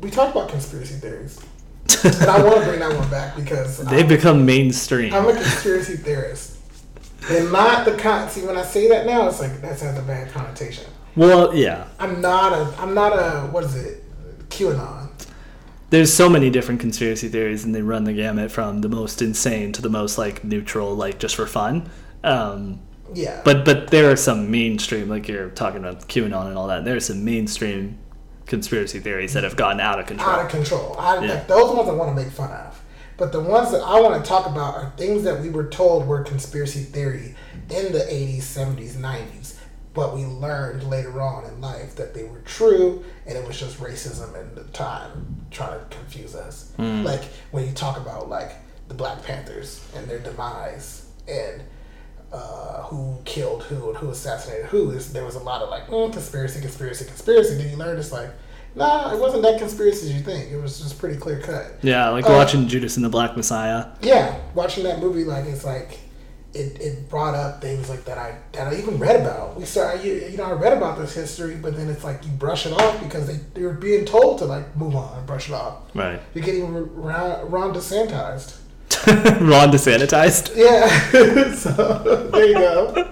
We talked about conspiracy theories, but I want to bring that one back because I- They've become mainstream. I'm a conspiracy theorist. And not the con. See, when I say that now, it's like that sounds a bad connotation. Well, yeah. I'm not a. I'm not a. What is it? QAnon. There's so many different conspiracy theories, and they run the gamut from the most insane to the most like neutral, like just for fun. Um, Yeah. But but there are some mainstream, like you're talking about QAnon and all that. There are some mainstream conspiracy theories that have gotten out of control. out of control. I Yeah. like those ones I want to make fun of. But the ones that I want to talk about are things that we were told were conspiracy theory in the 80s, 70s, 90s, but we learned later on in life that they were true and it was just racism and the time trying to confuse us. Hmm. Like when you talk about like the Black Panthers and their demise and uh, who killed who and who assassinated who. There's, there was a lot of like mm, conspiracy, conspiracy, conspiracy. Then you learn it's like, nah, it wasn't that conspiracy as you think. It was just pretty clear cut. yeah, like Uh, watching Judas and the Black Messiah. Yeah, watching that movie like it's like. It, it brought up things like that I that I even read about. We saw you, you know I read about this history, but then it's like you brush it off because they they were being told to like move on and brush it off. Right. You're getting Ron, Ron DeSantized. Ron desanitized. Yeah, so there you go. I I like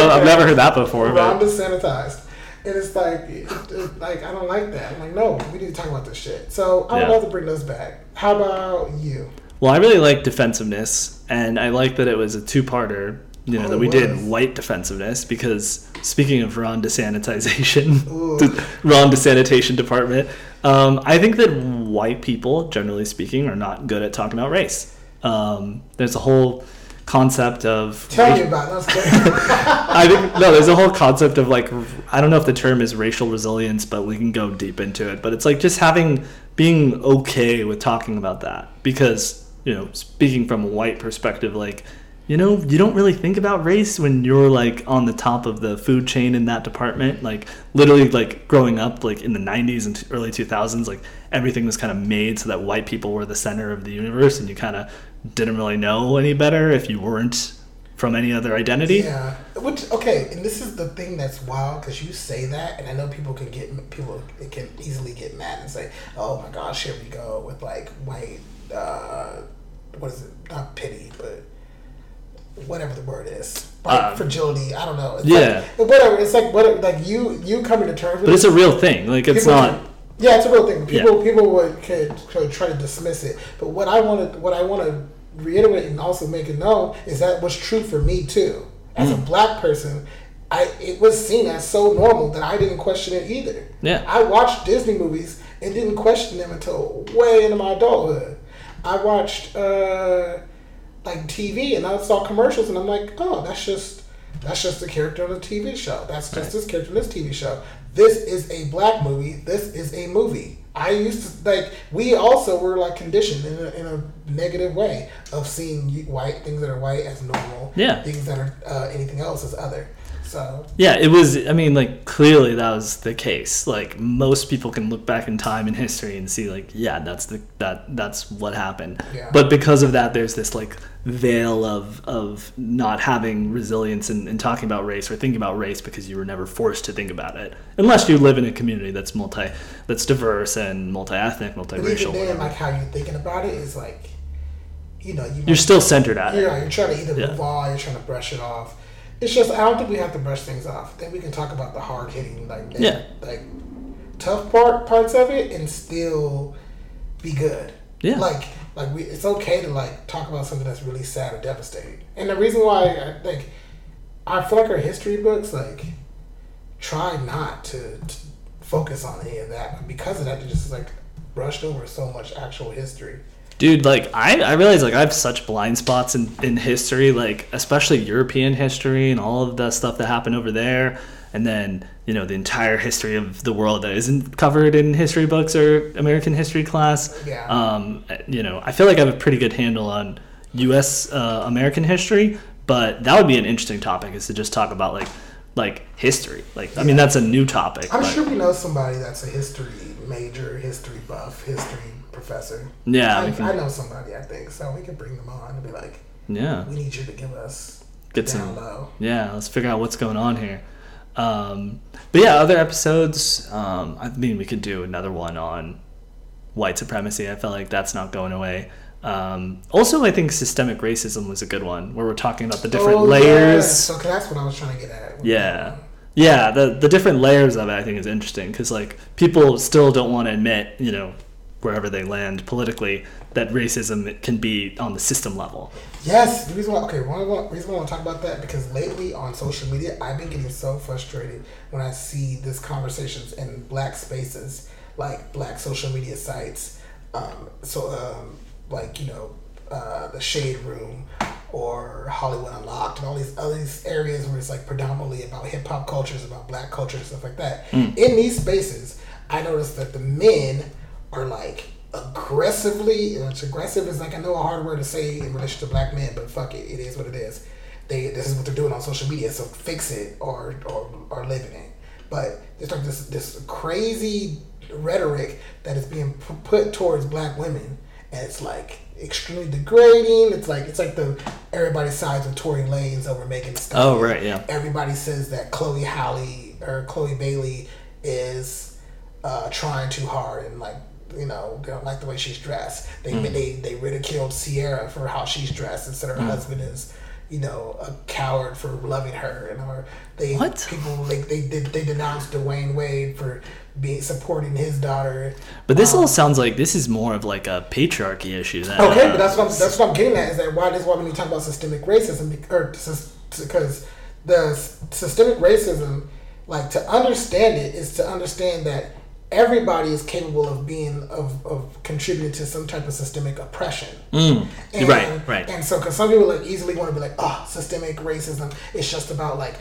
don't, I've that. never heard that before. Ron But desanitized. And it's like, it- it- like I don't like that. I'm like, no, we need to talk about this shit. So I would Yeah. love to bring those back. How about you? well, I really like defensiveness, and I like that it was a two-parter. You know Oh, that it we was. did white defensiveness because speaking of Ron desanitization, Ooh. the Ron desanitation department, um, I think that white people, generally speaking, are not good at talking about race. Um, there's a whole concept of Tell me about it. That's good. I think no, there's a whole concept of like I don't know if the term is racial resilience, but we can go deep into it. But it's like just having being okay with talking about that because you know speaking from a white perspective, like you know you don't really think about race when you're like on the top of the food chain in that department. Like literally, like growing up, like in the '90s and t- early 2000s, like everything was kind of made so that white people were the center of the universe, and you kind of didn't really know any better if you weren't from any other identity. yeah. Which okay, and this is the thing that's wild because you say that, and I know people can get people can easily get mad and say, "Oh my gosh, here we go with like white, uh, what is it? Not pity, but." Whatever the word is, like Um, fragility. I don't know. It's yeah. like, whatever. It's like whatever. Like you, you coming to terms with. But it's a real thing. Like it's People- not. Yeah, it's a real thing. Yeah. People people would could, could try to dismiss it, but what I want to what I want to reiterate and also make it known is that was true for me too. As Mm. a black person, I it was seen as so normal that I didn't question it either. Yeah. I watched Disney movies and didn't question them until way into my adulthood. I watched uh, like TV and I saw commercials and I'm like, oh, that's just that's just a character on a TV show. That's just this character on this TV show. This is a black movie. This is a movie. I used to like we also were like conditioned in a, in a negative way of seeing white things that are white as normal. Yeah. Things that are uh, anything else as other. So Yeah, it was. I mean, like clearly that was the case. Like most people can look back in time in history and see, like, yeah, that's the that that's what happened. Yeah. But because of that, there's this like veil of of not having resilience in, in talking about race or thinking about race because you were never forced to think about it, unless you live in a community that's multi that's diverse and multi ethnic, But even multiracial. then, whatever. like how you're thinking about it is like, you know, you You're still centered at it. yeah, you're trying to either Yeah. move on, you're trying to brush it off. It's just I don't think we have to brush things off. I think we can talk about the hard hitting, like neg- Yeah. like tough part parts of it, and still be good. Yeah. like like we, it's okay to like talk about something that's really sad or devastating. And the reason why I think I feel like our history books like try not to, to focus on any of that because of that. They just like brushed over so much actual history. Dude, like I, I realize like I have such blind spots in, in history, like especially European history and all of the stuff that happened over there, and then you know the entire history of the world that isn't covered in history books or American history class. Yeah. Um, you know, I feel like I have a pretty good handle on U.S. Uh, American history, but that would be an interesting topic is to just talk about like like history. Like I mean, that's a new topic. I'm but- sure we know somebody that's a history major, history buff, history professor. Yeah, I, we can- I know somebody. I think so. We can bring them on and be like, Yeah. "We need you to give us Get down some- low." Yeah, let's figure out what's going on here. Um, but yeah, other episodes. Um, I mean, we could do another one on white supremacy. I felt like that's not going away. Um, also, I think systemic racism was a good one where we're talking about the different Oh, layers. Yeah. So 'cause that's what I was trying to get at. with Yeah. Yeah, the the different layers of it I think is interesting because like people still don't want to admit, you know, wherever they land politically, that racism can be on the system level. Yes, the reason why okay, one, one reason why I want to talk about that because lately on social media, I've been getting so frustrated when I see these conversations in black spaces, like black social media sites, um, so um, like you know, uh, the Shade Room or Hollywood Unlocked and all these other these areas where it's like predominantly about hip hop cultures, about black culture, and stuff like that. In these spaces, I noticed that the men are like aggressively, which aggressive is like I know a hard word to say in relation to black men, but fuck it, it is what it is. They this is what they're doing on social media, so fix it or or, or live in it. But there's like this this crazy rhetoric that is being p- put towards black women, and it's like extremely degrading. It's like it's like the everybody sides with Tory Lanez over Megan Thee Oh right, yeah. everybody says that Chloe Halley or Chloe Bailey is uh, trying too hard and like you know they don't like the way she's dressed. They Mm. they they ridiculed Sierra for how she's dressed and said her husband is you know a coward for loving her and or they What? people they they did they denounced Dwayne Wade for being supporting his daughter. But this all sounds like this is more of like a patriarchy issue. Than, Okay, uh, but that's what I'm, that's what I'm getting at is that why this why we need to talk about systemic racism bec- or sys- because the s- systemic racism, like to understand it is to understand that everybody is capable of being of, of contributing to some type of systemic oppression. Mm, And, right, right. And so, because some people like easily want to be like, oh, systemic racism. It's just about like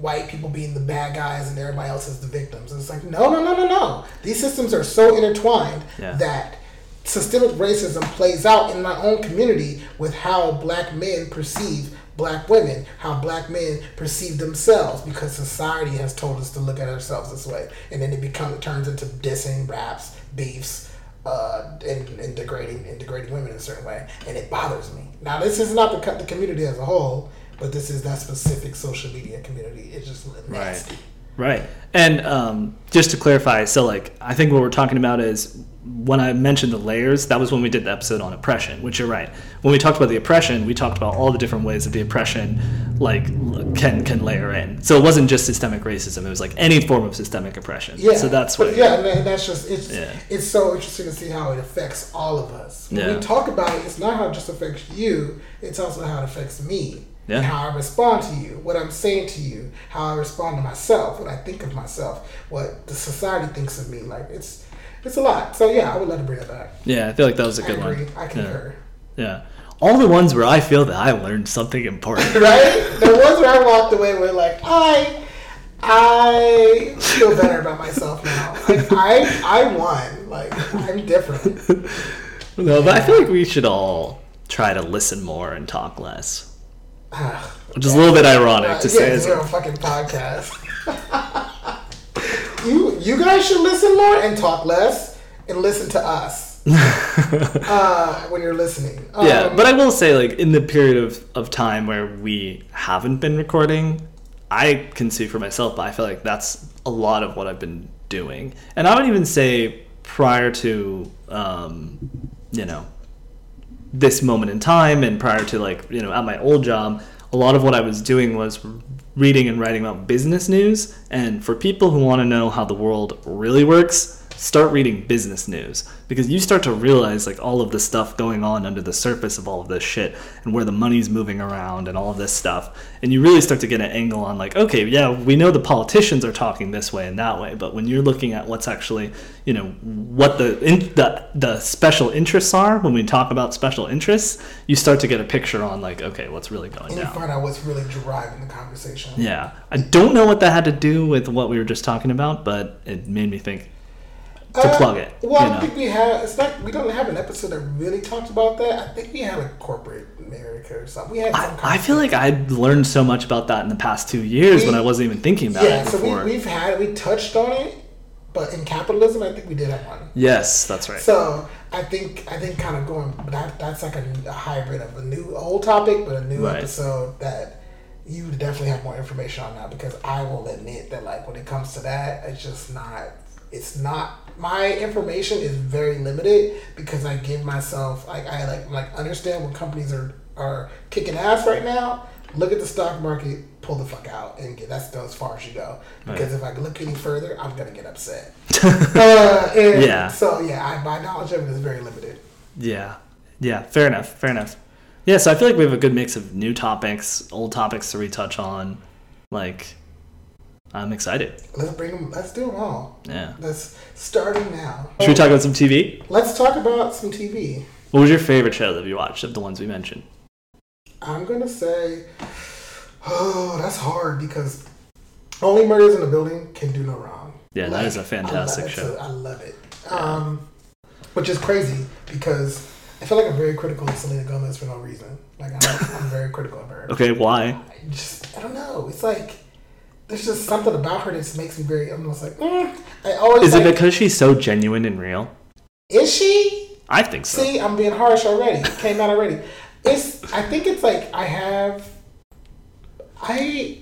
white people being the bad guys and everybody else is the victims. And it's like, no, no, no, no, no. These systems are so intertwined Yeah. that systemic racism plays out in my own community with how black men perceive black women, how black men perceive themselves, because society has told us to look at ourselves this way, and then it becomes it turns into dissing, raps, beefs. Uh, and, and degrading and degrading women in a certain way, and it bothers me. Now, this is not the, co- the community as a whole, but this is that specific social media community. It's just nasty. Right. And um, just to clarify, so like I think what we're talking about is when I mentioned the layers, that was when we did the episode on oppression, which you're right. When we talked about the oppression, we talked about all the different ways that the oppression like l- can can layer in. So it wasn't just systemic racism, it was like any form of systemic oppression. Yeah. So that's but what Yeah, and and that's just it's Yeah. it's so interesting to see how it affects all of us. When Yeah. we talk about it, it's not how it just affects you, it's also how it affects me. Yeah. How I respond to you, what I'm saying to you, how I respond to myself, what I think of myself, what the society thinks of me. Like it's it's a lot. So yeah, I would love to bring it back. Yeah, I feel like that was a I good agree. one. I yeah. concur. yeah. All the ones where I feel that I learned something important. Right? There was where I walked away with like I I feel better about myself now. Like I I won. Like I'm different. no, but I feel like we should all try to listen more and talk less. Ah, Which is a little bit ironic uh, to yeah, say it's as a fucking podcast. you you guys should listen more and talk less and listen to us uh, when you're listening. Um, Yeah, but I will say, like, in the period of, of time where we haven't been recording, I can see for myself, but I feel like that's a lot of what I've been doing. And I would even say prior to, um, you know, this moment in time and prior to, like, you know, at my old job, a lot of what I was doing was reading and writing about business news. And for people who want to know how the world really works, start reading business news because you start to realize like all of the stuff going on under the surface of all of this shit and where the money's moving around and all of this stuff and you really start to get an angle on like okay yeah we know the politicians are talking this way and that way but when you're looking at what's actually you know what the in, the, the special interests are when we talk about special interests you start to get a picture on like okay what's really going and you down find out what's really driving the conversation. yeah i don't know what that had to do with what we were just talking about but it made me think to Uh, plug it Well, I you don't know? think we have. It's not. We don't have an episode that really talks about that. I think we had like corporate America or something. We had. Some I, kind I of- feel like I learned so much about that in the past two years when We- I wasn't even thinking about Yeah. it So before. we, we've had. We touched on it, but in capitalism, I think we did have one. yes, that's right. So I think I think kind of going that that's like a, a hybrid of a new old topic, but a new Right. episode that you would definitely have more information on that because I will admit that like when it comes to that, it's just not it's not my information is very limited because I give myself like I like like understand what companies are are kicking ass right now. Look at the stock market, pull the fuck out, and get that's as far as you go. Because if I look any further, I'm gonna get upset. Uh, and Yeah. So yeah, I, my knowledge of it is very limited. yeah, yeah, fair enough, fair enough. Yeah, so I feel like we have a good mix of new topics, old topics to retouch on. Like, I'm excited. Let's bring them. Let's do them all. Yeah. Let's starting now. Should we talk about some TV? Let's talk about some TV. What was your favorite show that you watched of the ones we mentioned? I'm gonna say, oh, that's hard because only murders in the building can do no wrong. Yeah, that Like, is a fantastic I love it. show. So I love it. Um, which is crazy because I feel like I'm very critical of Selena Gomez for no reason. Like I'm, I'm very critical of her. Okay, why? I just I don't know. It's like there's just something about her that just makes me very. I'm just like, mm. I always Is it like, because she's so genuine and real? Is she? I think so. See, I'm being harsh already. It Came out already. It's. I think it's like I have. I.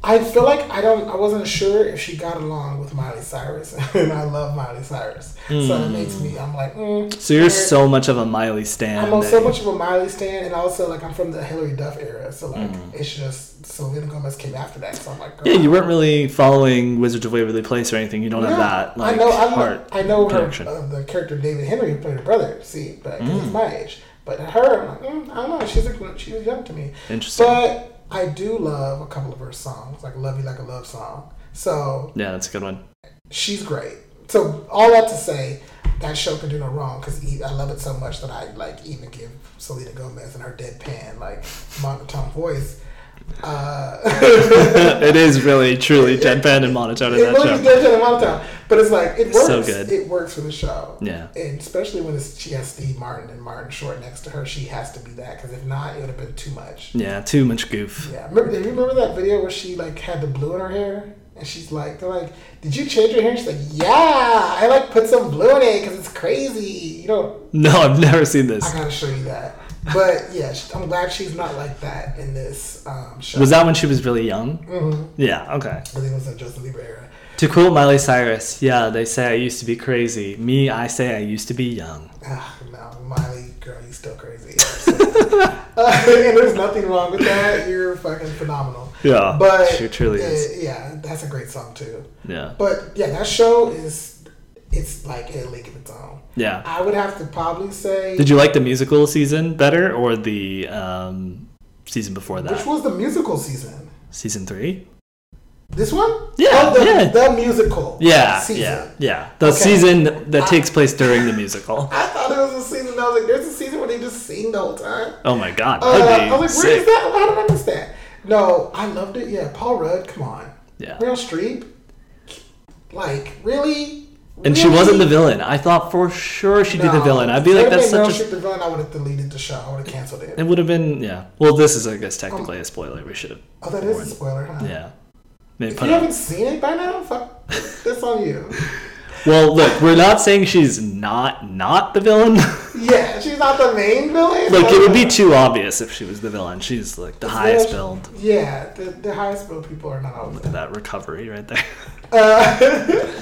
I feel like I don't. I wasn't sure if she got along with Miley Cyrus, and I love Miley Cyrus, so it makes me. I'm like. Mm, So you're weird. so much of a Miley stan. I'm on that so you- much of a Miley stand, and also like I'm from the Hillary Duff era, so like Mm. it's just Selena Gomez came after that, so I'm like, Yeah, girl. you weren't really following Wizards of Waverly Place or anything. You don't No, have that like I know, I know, heart. I know her, connection. Mm. uh, the character David Henry who played her brother. See, but 'cause he's my age. But her, I'm like, mm, I don't know. She's a, she was young to me. Interesting. But I do love a couple of her songs, like "Love You Like a Love Song." So yeah, that's a good one. she's great. so all that to say, that show can do no wrong because I love it so much that I like even give Selena Gomez and her deadpan like monotone voice. Uh, it is really truly deadpan and monotone in it that really is show. deadpan and monotone, but it's like it works. So good. It works for the show. Yeah. and especially when it's, she has Steve Martin and Martin Short next to her, she has to be that because if not, it would have been too much. Yeah, too much goof. Yeah, remember, do you remember that video where she like had the blue in her hair? And she's like, they're like, did you change your hair? She's like, yeah, I like put some blue in it because it's crazy. You know, No, I've never seen this. I gotta show you that. But yeah, sh- I'm glad she's not like that in this um, show. Mm-hmm. Was that when she was really young? Yeah, okay. I think it was in Justin Bieber era. To quote Miley Cyrus, yeah, they say I used to be crazy. Me, I say I used to be young. Ah, no, Miley, girl, you still crazy. Uh, and there's nothing wrong with that. You're fucking phenomenal. Yeah, But she truly uh, is. Yeah, that's a great song too. Yeah. But yeah, that show is it's like a league of its own. Yeah. I would have to probably say Did you like the musical season better or the um, season before which that? was the musical season. Season three? This one? Yeah, Oh, the, yeah. the musical. Yeah, season. yeah, yeah. The Okay. season that takes place during the musical. I thought it was a season. I was like, there's a season where they just sing the whole time. Oh my god, Uh, that'd be I was like, where is sick. that? I don't understand. No, I loved it. Yeah, Paul Rudd, come on. Yeah. Real Streep. Like, really? And she Really? wasn't the villain. I thought for sure she'd be the No. villain. I'd be If like, it that's had been Meryl such a. Streep the villain, I would have deleted the show. I would have canceled it. It would have been, yeah. Well, this is, I guess, technically a spoiler. We should have. Oh, that is a spoiler, huh? Yeah. Maybe If put you up- haven't seen it by now, fuck, that's on you. Well, look, we're not saying she's not not the villain. like Yeah, she's not the main villain. it would be but- too obvious if she was the villain. She's like the highest build. uh, Yeah, the, the highest build people are not always. That recovery right there. Uh,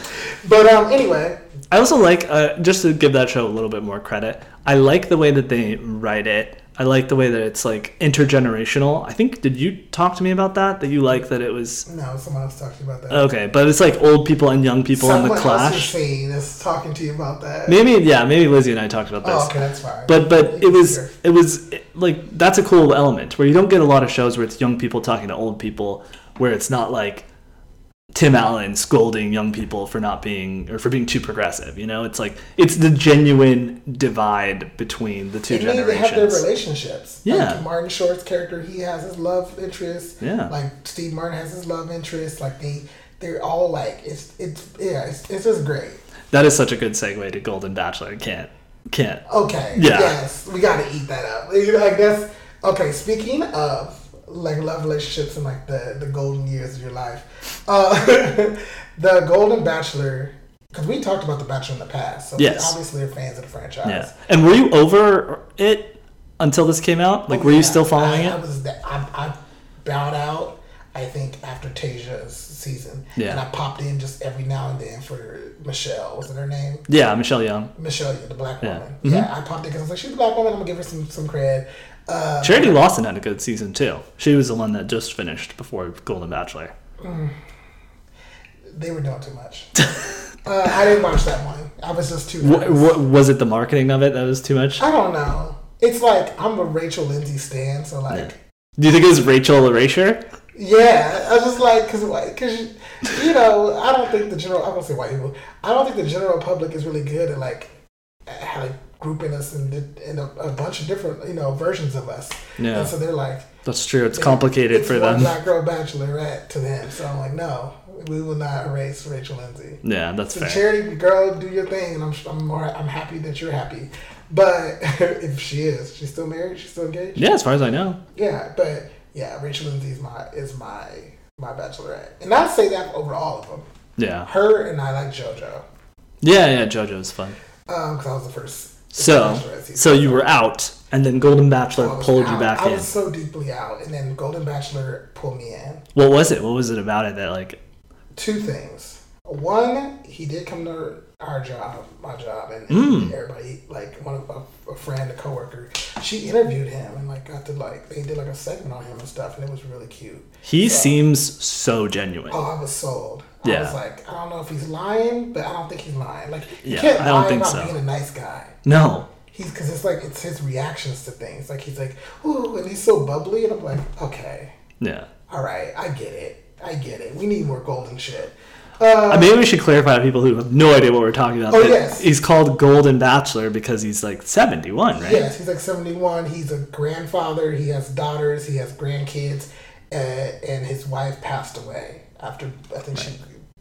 but um, anyway, I also like uh, just to give that show a little bit more credit. I like the way that they write it. I like the way that it's like intergenerational. I think did you talk to me about that? That you like that it was no, someone else talked to you about that. okay, but it's like old people and young Uh, people in the Someone else clash. is saying is talking to you about that. Maybe yeah, maybe Lizzie and I talked about this. oh, okay, that's fine. But but it Sure. was it was like that's a cool element where you don't get a lot of shows where it's young people talking to old people where it's not like Tim Allen scolding young people for not being or for being too progressive. You know, it's like it's the genuine divide between the two They need to have their generations. relationships. Yeah. Like Martin Short's character, he has his love interest. Yeah. Like Steve Martin has his love interest. Like they, they're all like it's it's yeah it's, it's just great. That is such a good segue to Golden Bachelor. I can't can't. Okay. Yeah. Yes, we got to eat that up. You know, Like that's okay. Speaking of like love relationships and like the the golden years of your life, uh, the Golden Bachelor. Because we talked about the Bachelor in the past, so Yes. we obviously are fans of the franchise. Yeah. And were you over it until this came out? Like, were you Oh, Yeah, still following I, I it? was. the- I, I bowed out. I think after Tasia's season, Yeah. and I popped in just every now and then for Michelle. Was it her name? Yeah, Michelle Young. Michelle, yeah, the black Yeah. Mm-hmm. woman. Yeah, I popped in because I was like, she's a black woman. I'm gonna give her some some cred. Uh, Charity Lawson had a good season too. She was the one that just finished before Golden Bachelor. they were doing too much. uh, I didn't watch that one. I was just too. W- w- was it the marketing of it that was too much? I don't know. It's like I'm a Rachel Lindsay stan, so like. Do you think it was Rachel Erasure? Yeah, I was just like, cause, like, cause, you- you know, I don't think the general. I won't say white people. I don't think the general public is really good at like at how like grouping us in, the, in a, a bunch of different you know versions of us. Yeah. And so they're like, That's true. It's complicated it's for one them. Black girl bachelorette to them. So I'm like, no, we will not erase Rachel Lindsay. Yeah, that's So fair. charity girl, do your thing, and I'm I'm more, I'm happy that you're happy. But if she is, she's still married, she's still engaged. Yeah, as far as I know. Yeah, but yeah, Rachel Lindsay is my is my my bachelorette, and I say that over all of them. Yeah. Her and I like JoJo Yeah, yeah, JoJo's fun. because I was the first. So, Bachelorette season. so you were out, and then Golden I Bachelor was pulled you out. back I in. was so deeply out, and then Golden Bachelor pulled me in. What was it? What was it about it that like? Two things. One, he did come to our job, my job, and Hmm. everybody like one of a, a friend, a coworker. She interviewed him and like got to like they did like a segment on him and stuff, and it was really cute. He seems so genuine. Oh, I was sold. I Yeah. was like, I don't know if he's lying, but I don't think he's lying. Like, you Yeah, can't I lie don't think about so. being a nice guy. No. He's because it's like it's his reactions to things. Like he's like, ooh, and he's so bubbly, and I'm like, okay, Yeah. all right, I get it, I get it. We need more golden shit. Uh, Maybe we should clarify to people who have no idea what we're talking about. Oh, that yes. He's called Golden Bachelor because he's like 71, right? Yes, he's like 71. He's a grandfather. He has daughters. He has grandkids. Uh, and his wife passed away after, I think she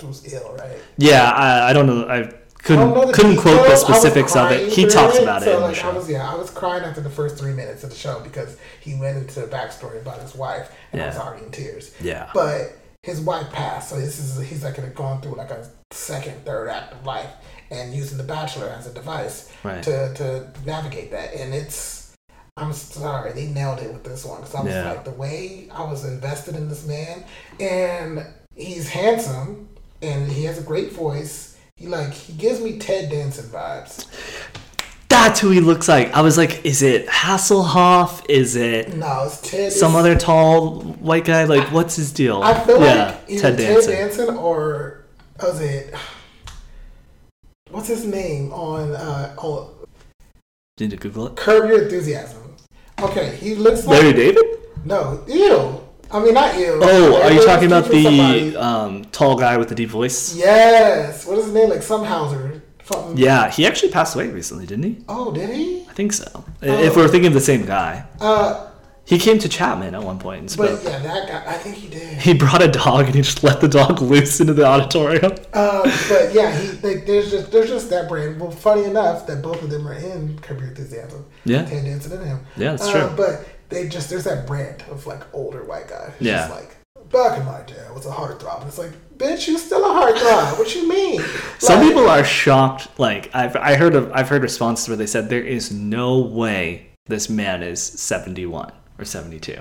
was ill, right? Yeah, I, I don't know. I I couldn't don't know the couldn't quote the details. I was specifics of crying it. He through talks about it so in like, the I show. was, yeah, I was crying after the first three minutes of the show because he went into the backstory about his wife, and I was Yeah. already in tears. Yeah. But his wife passed, so this is he's like gone through like a second, third act of life, and using the Bachelor as a device Right. to to navigate that, and it's. I'm sorry, they nailed it with this one because I was Yeah. like the way I was invested in this man, and he's handsome, and he has a great voice. He like he gives me Ted Danson vibes. That's who he looks like. I was like, is it Hasselhoff? Is it No, it's Ted. some it's- other tall white guy? Like, what's his deal? I feel yeah, like either Ted Ted Danson. Danson or was it what's his name on uh on Did you Google it? Curb Your Enthusiasm? Okay, he looks like Larry David? no ew. I mean not ew. Oh, are you Everyone's talking about keeping the somebody- um, tall guy with the deep voice? Yes. What is his name? Like Sumhauser. Something. Yeah, he actually passed away recently, didn't he? Oh, did he? I think so. I- If we're thinking of the same guy, Uh, he came to Chapman at one point and but spoke. yeah, that guy. I think he did. He brought a dog and he just let the dog loose into the auditorium. Uh, but yeah, he like there's just there's just that brand. Well, funny enough that both of them are in Curb Your Enthusiasm. Yeah. Ted Danson and him. Yeah, that's Uh, true. But they just there's that brand of like older white guy. who's Yeah. Just like back in my day, I was a heartthrob. And It's like, bitch, you still a heartthrob. What you mean? Some Like, people are shocked. Like I've I heard of I've heard responses where they said there is no way this man is seventy one or seventy two.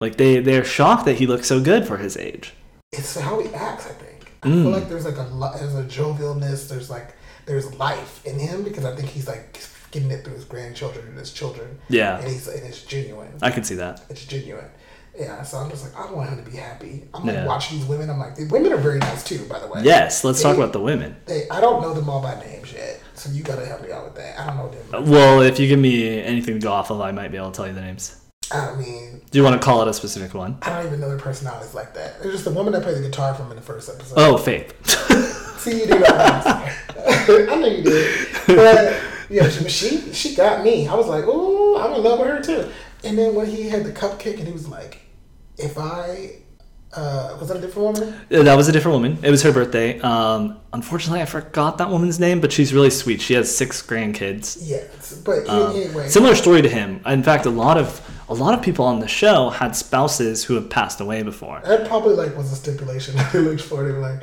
Like they they're shocked that he looks so good for his age. It's how he acts. I think. I Mm. feel like there's like a lo- there's a jovialness. There's like there's life in him because I think he's like getting it through his grandchildren and his children. Yeah. And he's and it's genuine. I can see that. it's genuine. Yeah, so I'm just like, I want him to be happy. I'm like Yeah. watching these women. I'm like, the women are very nice too, by the way. Yes, let's talk They- about the women. They, I don't know them all by names yet, so you gotta help me out with that. I don't know them. Well, if you give me anything to go off of, I might be able to tell you the names. I mean, Do you want to call it a specific one? I don't even know their personalities like that. There's just the woman that played the guitar from in the first episode. Oh, Faith. See, you did know. I know you did. But yeah, she, she she got me. I was like, ooh, I'm in love with her too. And then when he had the cupcake, and he was like, if I uh, was that a different woman? Uh, that was a different woman. It was her birthday. Um, unfortunately, I forgot that woman's name, but she's really sweet. She has six grandkids. Um, Yes, but Oh. anyway, Similar story to him. In fact, a lot of a lot of people on the show had spouses who have passed away before. That probably like was a stipulation that they looked for. They were like,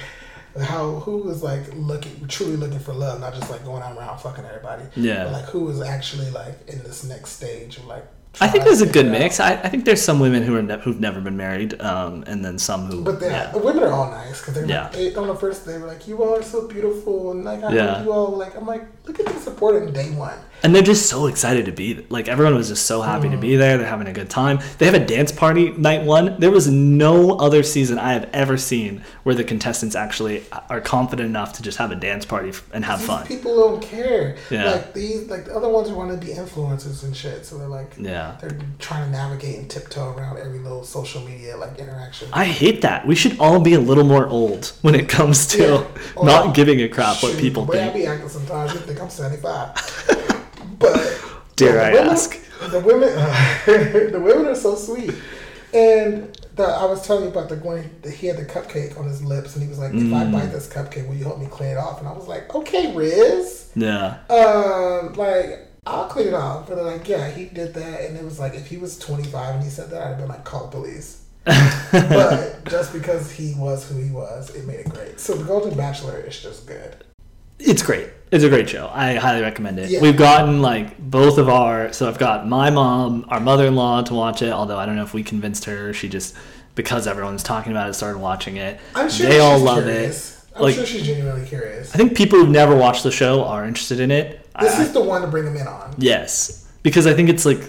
how who was like looking truly looking for love, not just like going out around fucking everybody. Yeah. But, like who was actually like in this next stage of like. I think trying there's a to good figure out- mix. I, I think there's some women who are ne- who've never been married, um, and then some who. But the yeah. the women are all nice because they're Yeah. like, they, on the first they were like, "You all are so beautiful," and like, I Yeah. yeah. you all like, I'm like, look at the support in day one. And they're just so excited to be th- like everyone was just so happy to Mm. be there. They're having a good time. They have a dance party night one. There was no other season I have ever seen where the contestants actually uh, are confident enough to just have a dance party f- and have These fun. people don't care. Yeah. Like these, like the other ones want to be influencers and shit. So they're like, Yeah. they're trying to navigate and tiptoe around every little social media like interaction. I hate that. We should all be a little more old when it comes to Yeah. Or- not giving a crap what Shoot, people the way think. I be acting sometimes, you think I'm 75. but Dare the I women- ask? The women, the women are so sweet. And the, I was telling you about the one that he had the cupcake on his lips, and he was like, "If I Mm. bite this cupcake, will you help me clean it off?" And I was like, "Okay, Riz." Yeah. Um, like. I'll clean it off, but like, yeah, he did that, and it was like, if he was 25 and he said that, I'd have been like, call the police. but just because he was who he was, it made it great. So the Golden Bachelor is just good. It's great. It's a great show. I highly recommend it. Yeah. We've gotten like both of our so I've got my mom, our mother-in-law to watch it, although I don't know if we convinced her. She just because everyone's talking about it started watching it. I'm sure they she's all love curious. it. I'm like sure she's genuinely curious. I think people who've never watched the show are interested in it. I- This is the one to bring them in on. Yes, because I think it's like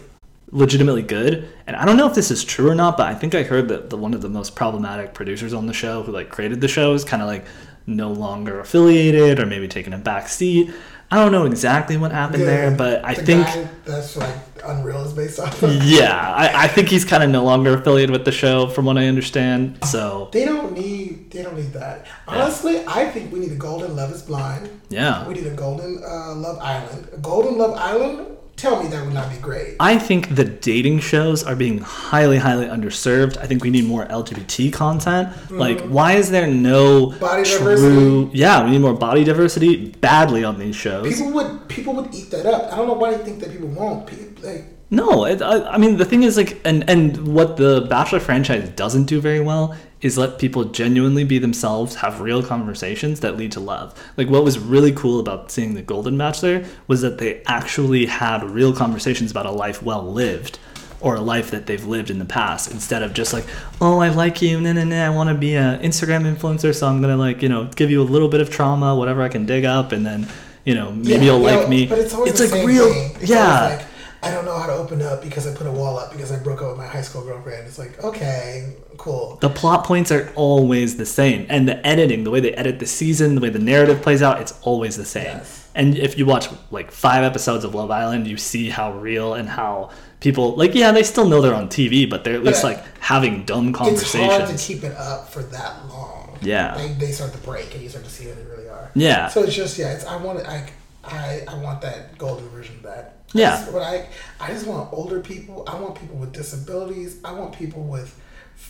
legitimately good. And I don't know if this is true or not, but I think I heard that the one of the most problematic producers on the show who like created the show is kind of like no longer affiliated or maybe taking a back seat. I don't know exactly what happened there, but I the think guy that's like Unreal is based off. Of. yeah, I, I think he's kind of no longer affiliated with the show, from what I understand. So They don't need. They don't need that. Honestly, I think we need a golden Love Is Blind. yeah, We need a golden uh, Love Island. A golden Love Island. Tell me that would not be great. I think the dating shows are being highly, highly underserved. I think we need more LGBT content. Like, why is there no Mm-hmm. Body true? diversity. Yeah, we need more body diversity badly on these shows. People would people would eat that up. I don't know why they think that people won't. People, like No, it, I, I mean the thing is like, and and what the Bachelor franchise doesn't do very well is let people genuinely be themselves, have real conversations that lead to love. Like what was really cool about seeing the Golden Bachelor was that they actually had real conversations about a life well lived, or a life that they've lived in the past, instead of just like, oh, I like you, nah nah nah, I want to be an Instagram influencer, so I'm gonna like you know give you a little bit of trauma, whatever I can dig up, and then you know maybe Yeah, you'll you like know, me. But it's always the like same real, thing. It's yeah. always like, I don't know how to open up because I put a wall up because I broke up with my high school girlfriend. It's like okay, cool. the plot points are always the same and the editing the way they edit the season the way the narrative plays out it's always the same and if you watch like five episodes of love island you see how real and how people like yeah they still know they're on tv but they're at least Yeah. like having dumb It's hard to conversations keep it up for that long. Yeah. they, they start to break and you start to see who they really are. yeah So it's just yeah, it's I want I I I want that golden version of that. Yeah. That's what I I just want older people. I want people with disabilities. I want people with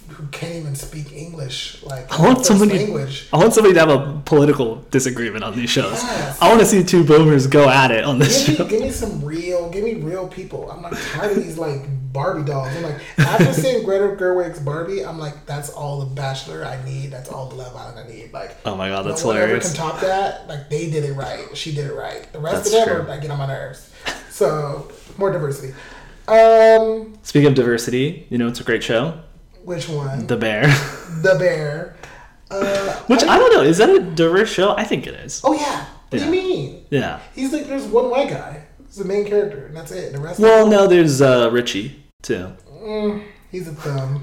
who can't even speak English like I want first somebody. language. I want somebody to have a political disagreement on these shows. Yes. I want to see two boomers go at it on this Give me, show. give me some real, give me real people. I'm like tired of these like Barbie dolls. I'm like after seeing Greta Gerwig's Barbie, I'm like that's all the Bachelor I need. That's all the Love Island I need. Like Oh my god, that's no one ever hilarious. can top that. Like they did it right. She did it right. The rest That's of them true. are like get on my nerves. So more diversity. Um, Speaking of diversity, you know it's a great show, which one? The, The Bear. bear. Uh, Which I don't know. Is that a diverse show? I think it is. oh yeah. Yeah. What do you mean? Yeah. He's like there's one white guy. He's the main character, and that's it. The rest. Well, no, there's uh, Richie too. he's a thumb.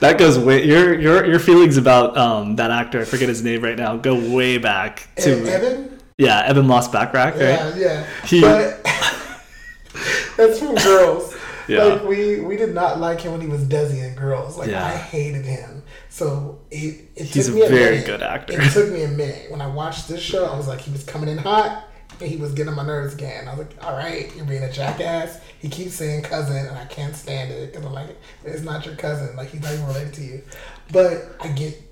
That goes way your your your feelings about um, that actor. I forget his name right now. Go way back to Evan. E-, Evan? yeah, Evan Moss Backrack, right? Yeah, yeah. He- but that's from Girls. Yeah. Like we we did not like him when he was Desi in Girls. Like Yeah. I hated him. So it, it He's took a me a very minute. good actor. It took me a minute when I watched this show. I was like, he was coming in hot. And he was getting on my nerves again. I was like, all right, you're being a jackass. He keeps saying cousin, and I can't stand it. Because I'm like, it's not your cousin. Like, he's not even related to you. But I get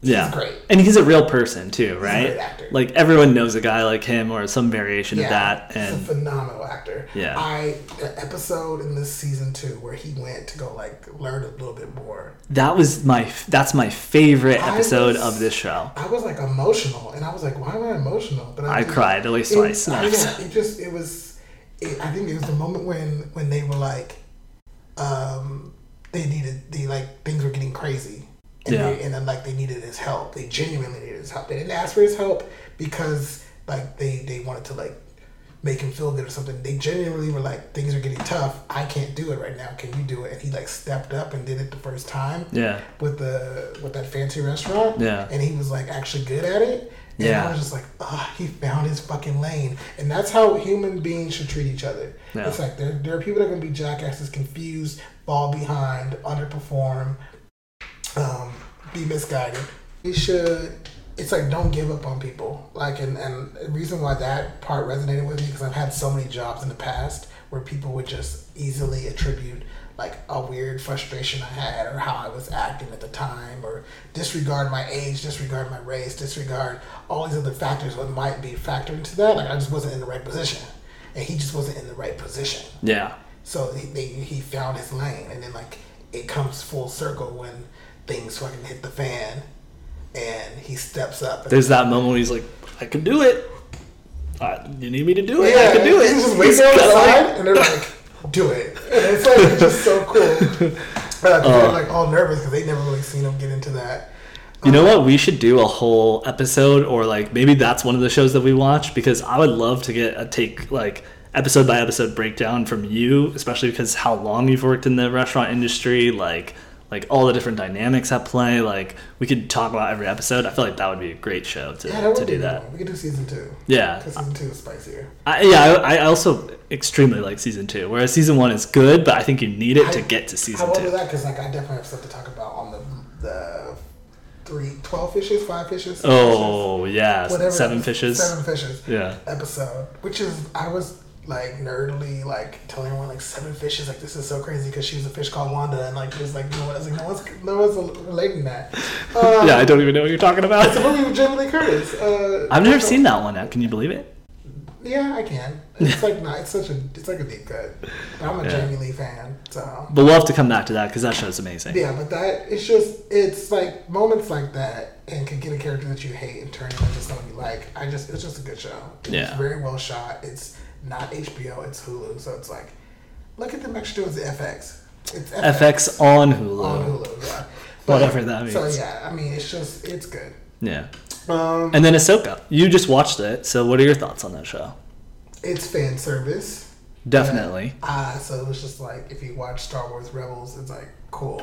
Yeah, He's great. and he's a real person too, right? great actor. Like everyone knows a guy like him or some variation of that, he's and a phenomenal actor. Yeah. I the episode in this season two where he went to go like learn a little bit more. that was my that's my favorite I episode was- of this show. I was like emotional, and I was like, why am I emotional? But I just- cried at least it- twice in that yeah, episode. it just it was. It, I think it was the moment when when they were like, um, they needed they like things were getting crazy. And, Yeah. they, and then like they needed his help. They genuinely needed his help. They didn't ask for his help because like they they wanted to like make him feel good or something. They genuinely were like things are getting tough. I can't do it right now. Can you do it? And he like stepped up and did it the first time Yeah, with the with that fancy restaurant. Yeah. And he was like actually good at it. And Yeah. I was just like, ah, he found his fucking lane. And that's how human beings should treat each other. Yeah. It's like there, there are people that are gonna be jackasses, confused, fall behind, underperform, um, be misguided. You should. It's like don't give up on people. Like and and the reason why that part resonated with me because I've had so many jobs in the past where people would just easily attribute like a weird frustration I had or how I was acting at the time or disregard my age, disregard my race, disregard all these other factors that might be factored into that. Like I just wasn't in the right position, and he just wasn't in the right position. yeah, So he, they, he found his lane, and then like it comes full circle when things fucking hit the fan, and he steps up. And, there's that moment where he's like, "I can do it. Uh, you need me to do it. yeah, I can do it." He's just waiting He's on the got it. side, and they're like, "Do it!" And it's like it's just so cool. But Uh. they're like all nervous because they never really seen him get into that. You know what? We should do a whole episode, or like maybe that's one of the shows that we watch because I would love to get a take, like episode by episode breakdown from you, especially because how long you've worked in the restaurant industry, like like all the different dynamics at play. Like we could talk about every episode. I feel like that would be a great show to, Yeah, that would to be do that. One. We could do season two. Yeah, Because season two is spicier. I, yeah. I, I also extremely like season two, whereas season one is good, but I think you need it to get to I season won't do two. that because like I definitely have stuff to talk about on the the three twelve fishes, five fishes, six fishes, Oh yeah, seven it is, fishes. seven fishes Yeah. episode, which is I was like nerdily like telling everyone like seven fishes like this is so crazy because she was a fish called Wanda and like it was like no one I was like no one's no one's relating that. Uh, yeah, I don't even know what you're talking It's a about. movie with Jamie Lee Curtis. Uh, I've never so- seen that one. Can you believe it? Yeah, I can. It's like not. It's such a. It's like a deep cut. But I'm a Yeah. Jamie Lee fan, so. But we'll have to come back to that because that show's amazing. Yeah, but that it's just it's like moments like that and can get a character that you hate and turn it into someone you like. I just it's just a good show. It's Yeah. very well shot. It's not HBO, it's Hulu, so it's like look at them extra doing the FX. It's FX on Hulu. on Hulu, yeah. Whatever that So means. yeah, I mean it's just it's good. Yeah. Um, And then Ahsoka. You just watched it, so what are your thoughts on that show? it's fan service. Definitely. Ah, so it was just like if you watch Star Wars Rebels, it's like cool.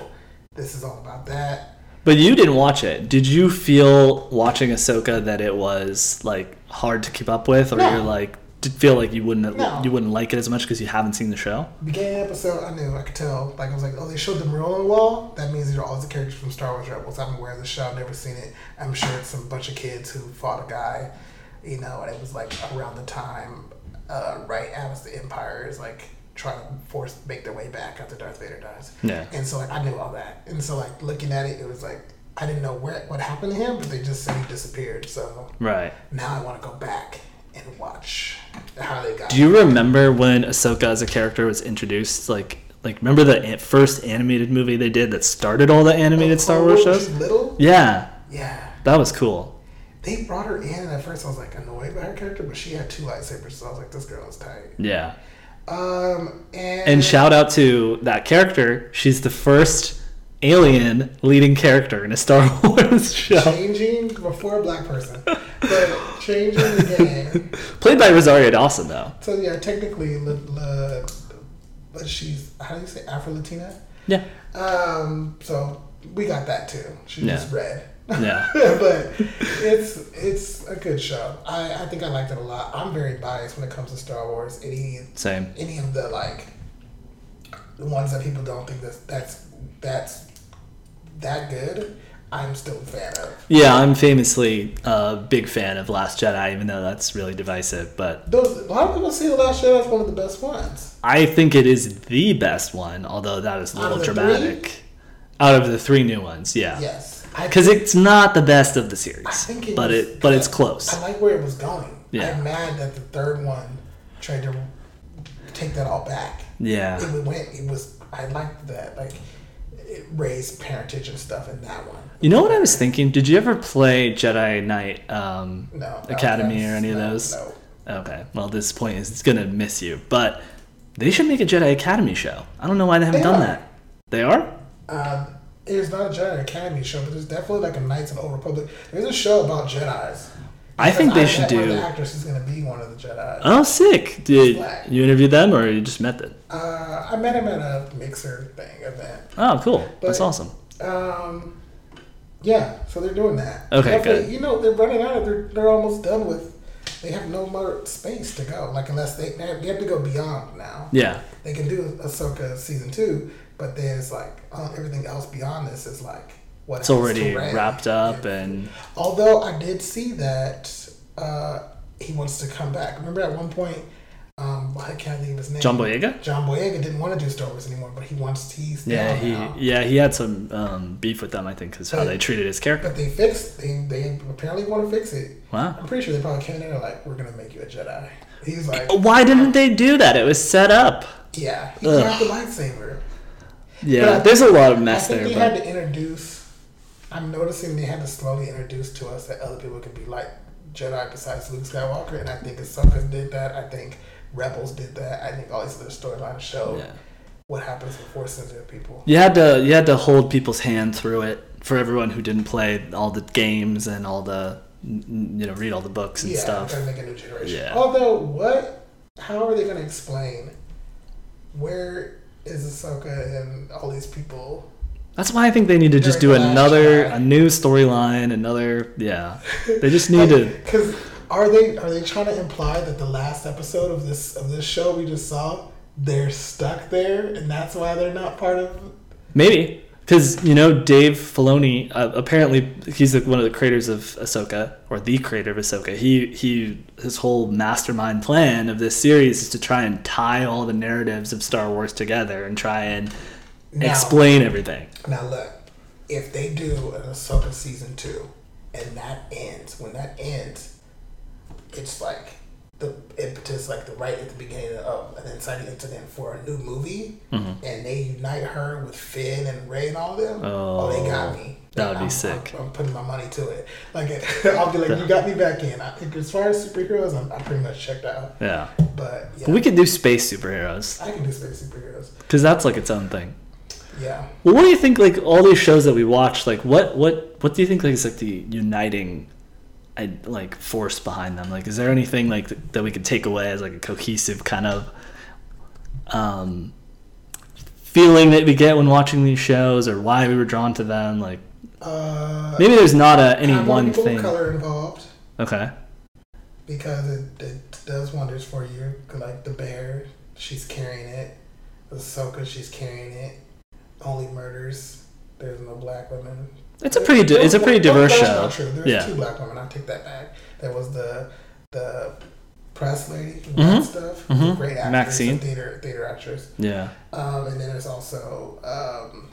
This is all about that. But you didn't watch it. Did you feel watching Ahsoka that it was like hard to keep up with, or No. you're like did feel like you wouldn't No. you wouldn't like it as much because you haven't seen the show? Beginning of the episode, I knew I could tell. Like I was like, oh, they showed the Marilla wall. That means these are all the characters from Star Wars Rebels. I'm aware of the show. I've never seen it. I'm sure it's some bunch of kids who fought a guy, you know. And it was like around the time, uh, right as the Empire is like trying to force make their way back after Darth Vader dies. Yeah. And so like I knew all that. And so like looking at it, it was like I didn't know where what happened to him, but they just said he disappeared. So Right. now I want to go back and watch how they got. Do you remember when Ahsoka as a character was introduced? Like like remember the an- first animated movie they did that started all the animated Star Oh, Wars when she's shows? Little. Yeah, Yeah. that was cool. They brought her in, and at first I was like annoyed by her character, but she had two lightsabers, so I was like, this girl is tight. Yeah. Um, and, And shout out to that character. She's the first alien leading character in a Star Wars show. changing before a black person, but changing the game. Played by Rosario Dawson, though. So yeah, technically, la, la, but she's how do you say Afro Latina? Yeah. Um, so we got that too. She's Yeah. just red. Yeah. but it's it's a good show. I, I think I liked it a lot. I'm very biased when it comes to Star Wars. Any Same. any of the like the ones that people don't think that's that's that's that good, I'm still a fan of. Yeah, I'm famously a big fan of Last Jedi, even though that's really divisive. But Those a lot of people see the Last Jedi as one of the best ones. I think it is the best one, although that is a Out little of the dramatic. Out of the three new ones, yeah. Yes, I Because it's not the best of the I series, think it but was- it but it's close. I like where it was going. Yeah. I'm mad that the third one tried to take that all back. Yeah. It went. It was. I liked that. Like it raised parentage and stuff in that one. You know what I was thinking? Did you ever play Jedi Knight um, No. no, Academy or that's- any of no, those? No. Okay. Well, this point is it's gonna miss you, but they should make a Jedi Academy show. I don't know why they haven't They done are. that. They are. Um, it's not a Jedi Academy show, but there's definitely like a Knights of the Old Republic. There's a show about Jedi's. I think they Because should bet One of do. the actors is going to be one of the Jedi. Oh, sick! Did Black. you interview them or you just met them? Uh, I met him at a mixer thing event. Oh, cool. That's But- awesome. Um, yeah, so they're doing that. Okay, Definitely- good. You know, they're running out. Of, they're they're almost done with. They have no more space to go. Like unless they they have, they have to go beyond now. Yeah. They can do Ahsoka season two, but there's like uh, everything else beyond this is like what It's happens to already Rey. wrapped up, and Although I did see that uh, he wants to come back. Remember at one point, um, I can't think of his name. John Boyega. John Boyega didn't want to do Star Wars anymore, but he wants to. He's Yeah, down now. he yeah he had some um, beef with them. I think is how they treated his character. But they fixed. They they apparently want to fix it. Wow. I'm pretty sure they probably came in and were like, "We're gonna make you a Jedi." He's like, Why didn't they do that? It was set up. "Yeah, he Oh. Ugh. grabbed the lightsaber." Yeah. But I- There's a lot of I mess think there, they but had to introduce. I'm noticing they had to slowly introduce to us that other people could be like Jedi besides Luke Skywalker, and I think Ahsoka did that. I think Rebels did that. I think all these other storylines show yeah. what happens with Force sensitive people. You had to you had to hold people's hand through it for everyone who didn't play all the games and all the n- you know read all the books and yeah, stuff. trying to make a new generation. Yeah. Although, what? How are they going to explain where is Ahsoka and all these people That's why I think they need to just do Very much, another, yeah. a new storyline, another. Yeah, they just need to. Because are they are they trying to imply that the last episode of this of this show we just saw they're stuck there and that's why they're not part of? Maybe because you know Dave Filoni. Uh, apparently, he's the, one of the creators of Ahsoka, or the creator of Ahsoka. He he, his whole mastermind plan of this series is to try and tie all the narratives of Star Wars together and try and Now- explain everything. Now look, if they do an Ahsoka season two, and that ends, when that ends, it's like the impetus, like the right at the beginning of an inciting incident for a new movie, Mm-hmm. and they unite her with Finn and Ray and all them. Oh, they got me. that would be I'm- sick. I'm, I'm putting my money to it. Like I'll be like, you got me back in. I think as far as superheroes, I'm, I'm pretty much checked out. Yeah, But yeah, but we could do space superheroes I can do space superheroes. because that's like its own thing. Yeah. Well, what do you think? Like all these shows that we watch, like what what what do you think? Like is like the uniting, I, like force behind them. Like, is there anything like th- that we could take away as like a cohesive kind of um, feeling that we get when watching these shows, or why we were drawn to them? Like Uh, maybe there's not a any I want one people of thing. Color involved. Okay. because it, it does wonders for you. Like the bear, she's carrying it. Ahsoka, she's carrying it. Only murders. There's no black women. It's a pretty di- it's a pretty No, diverse that's show. Not true. There's Yeah. two black women. I take that back. There was the the press lady Mhm. and that stuff. Mhm. Great actress, Maxine. a theater theater actress. Yeah. Um, and then there's also um,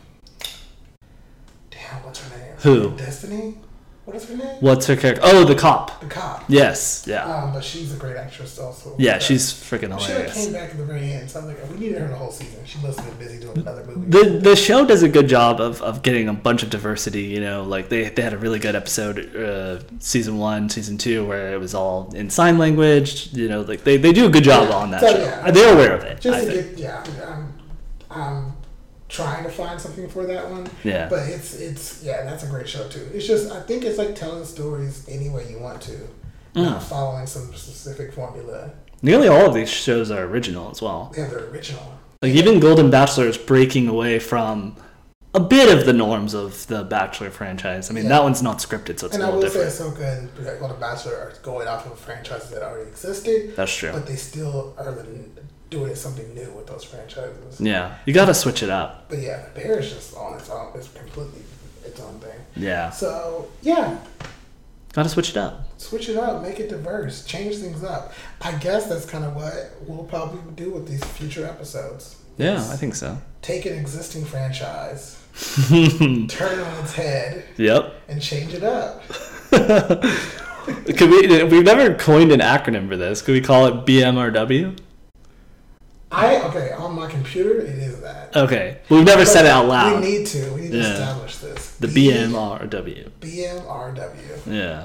damn, what's her name? Who? Destiny. What is her name? What's her character? Oh, the cop. The cop. Yes. Yeah. Um, but she's a great actress also. Yeah. So- She's freaking she like, hilarious. came back at the very end, so I'm like, oh, we needed her the whole season. She must have been busy doing another movie. the the show does a good job of, of getting a bunch of diversity. You know, like they, they had a really good episode, uh, season one, season two, where it was all in sign language. You know, like they, they do a good job Yeah. on that So, show. yeah. They're aware of it. I Just to think. get, yeah, I'm, I'm trying to find something for that one. Yeah. But it's it's yeah, that's a great show too. It's just I think it's like telling stories any way you want to, Mm. not following some specific formula. Nearly all of these shows are original as well. They have their original. Like even Golden Bachelor is breaking away from a bit of the norms of the Bachelor franchise. I mean, Yeah. that one's not scripted, so it's And a I little will different. say Ahsoka and like, Golden Bachelor are going off of franchises that already existed, That's true. but they still are doing something new with those franchises. yeah, you gotta switch it up. But yeah, the bear is just on its own. It's completely its own thing. Yeah, So yeah, gotta switch it up. switch it up, make it diverse, change things up. I guess that's kind of what we'll probably do with these future episodes. Yeah, Is I think so. Take an existing franchise, turn it on its head, yep. and change it up. Could we? We've never coined an acronym for this. Could we call it BMRW? I okay on my computer it is that. Okay. We've never said it out We loud. need to. We need to Yeah. establish this. The BMRW. BMRW. Yeah.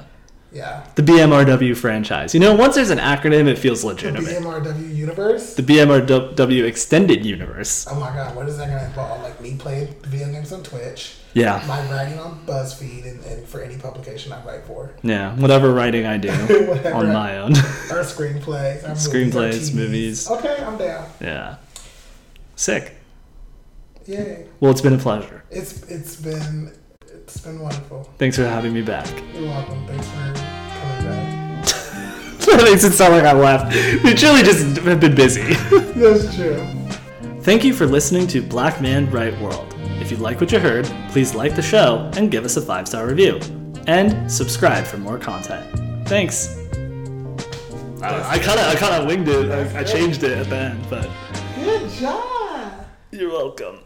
Yeah. The BMRW franchise. You know, once there's an acronym, it feels legitimate. BMRW universe. The BMRW extended universe. Oh my god, what is that gonna involve? Like me playing video games on Twitch, Yeah. my writing on BuzzFeed, and, and for any publication I write for, Yeah. Whatever writing I do Whatever. on my own. or screenplays, or Screenplays, movies, or TVs. movies. Okay, I'm down. Yeah. Sick. Yay! Well, it's been a pleasure. It's it's been it's been wonderful. Thanks for having me back. You're welcome. Thanks for coming back. that makes it sound like I left. We truly just have been busy. That's true. Thank you for listening to Black Man Right World. If you like what you heard, please like the show and give us a five star review. And subscribe for more content. Thanks. I kind of I kind of winged it. I, I changed it at the end, but Good job. you're welcome.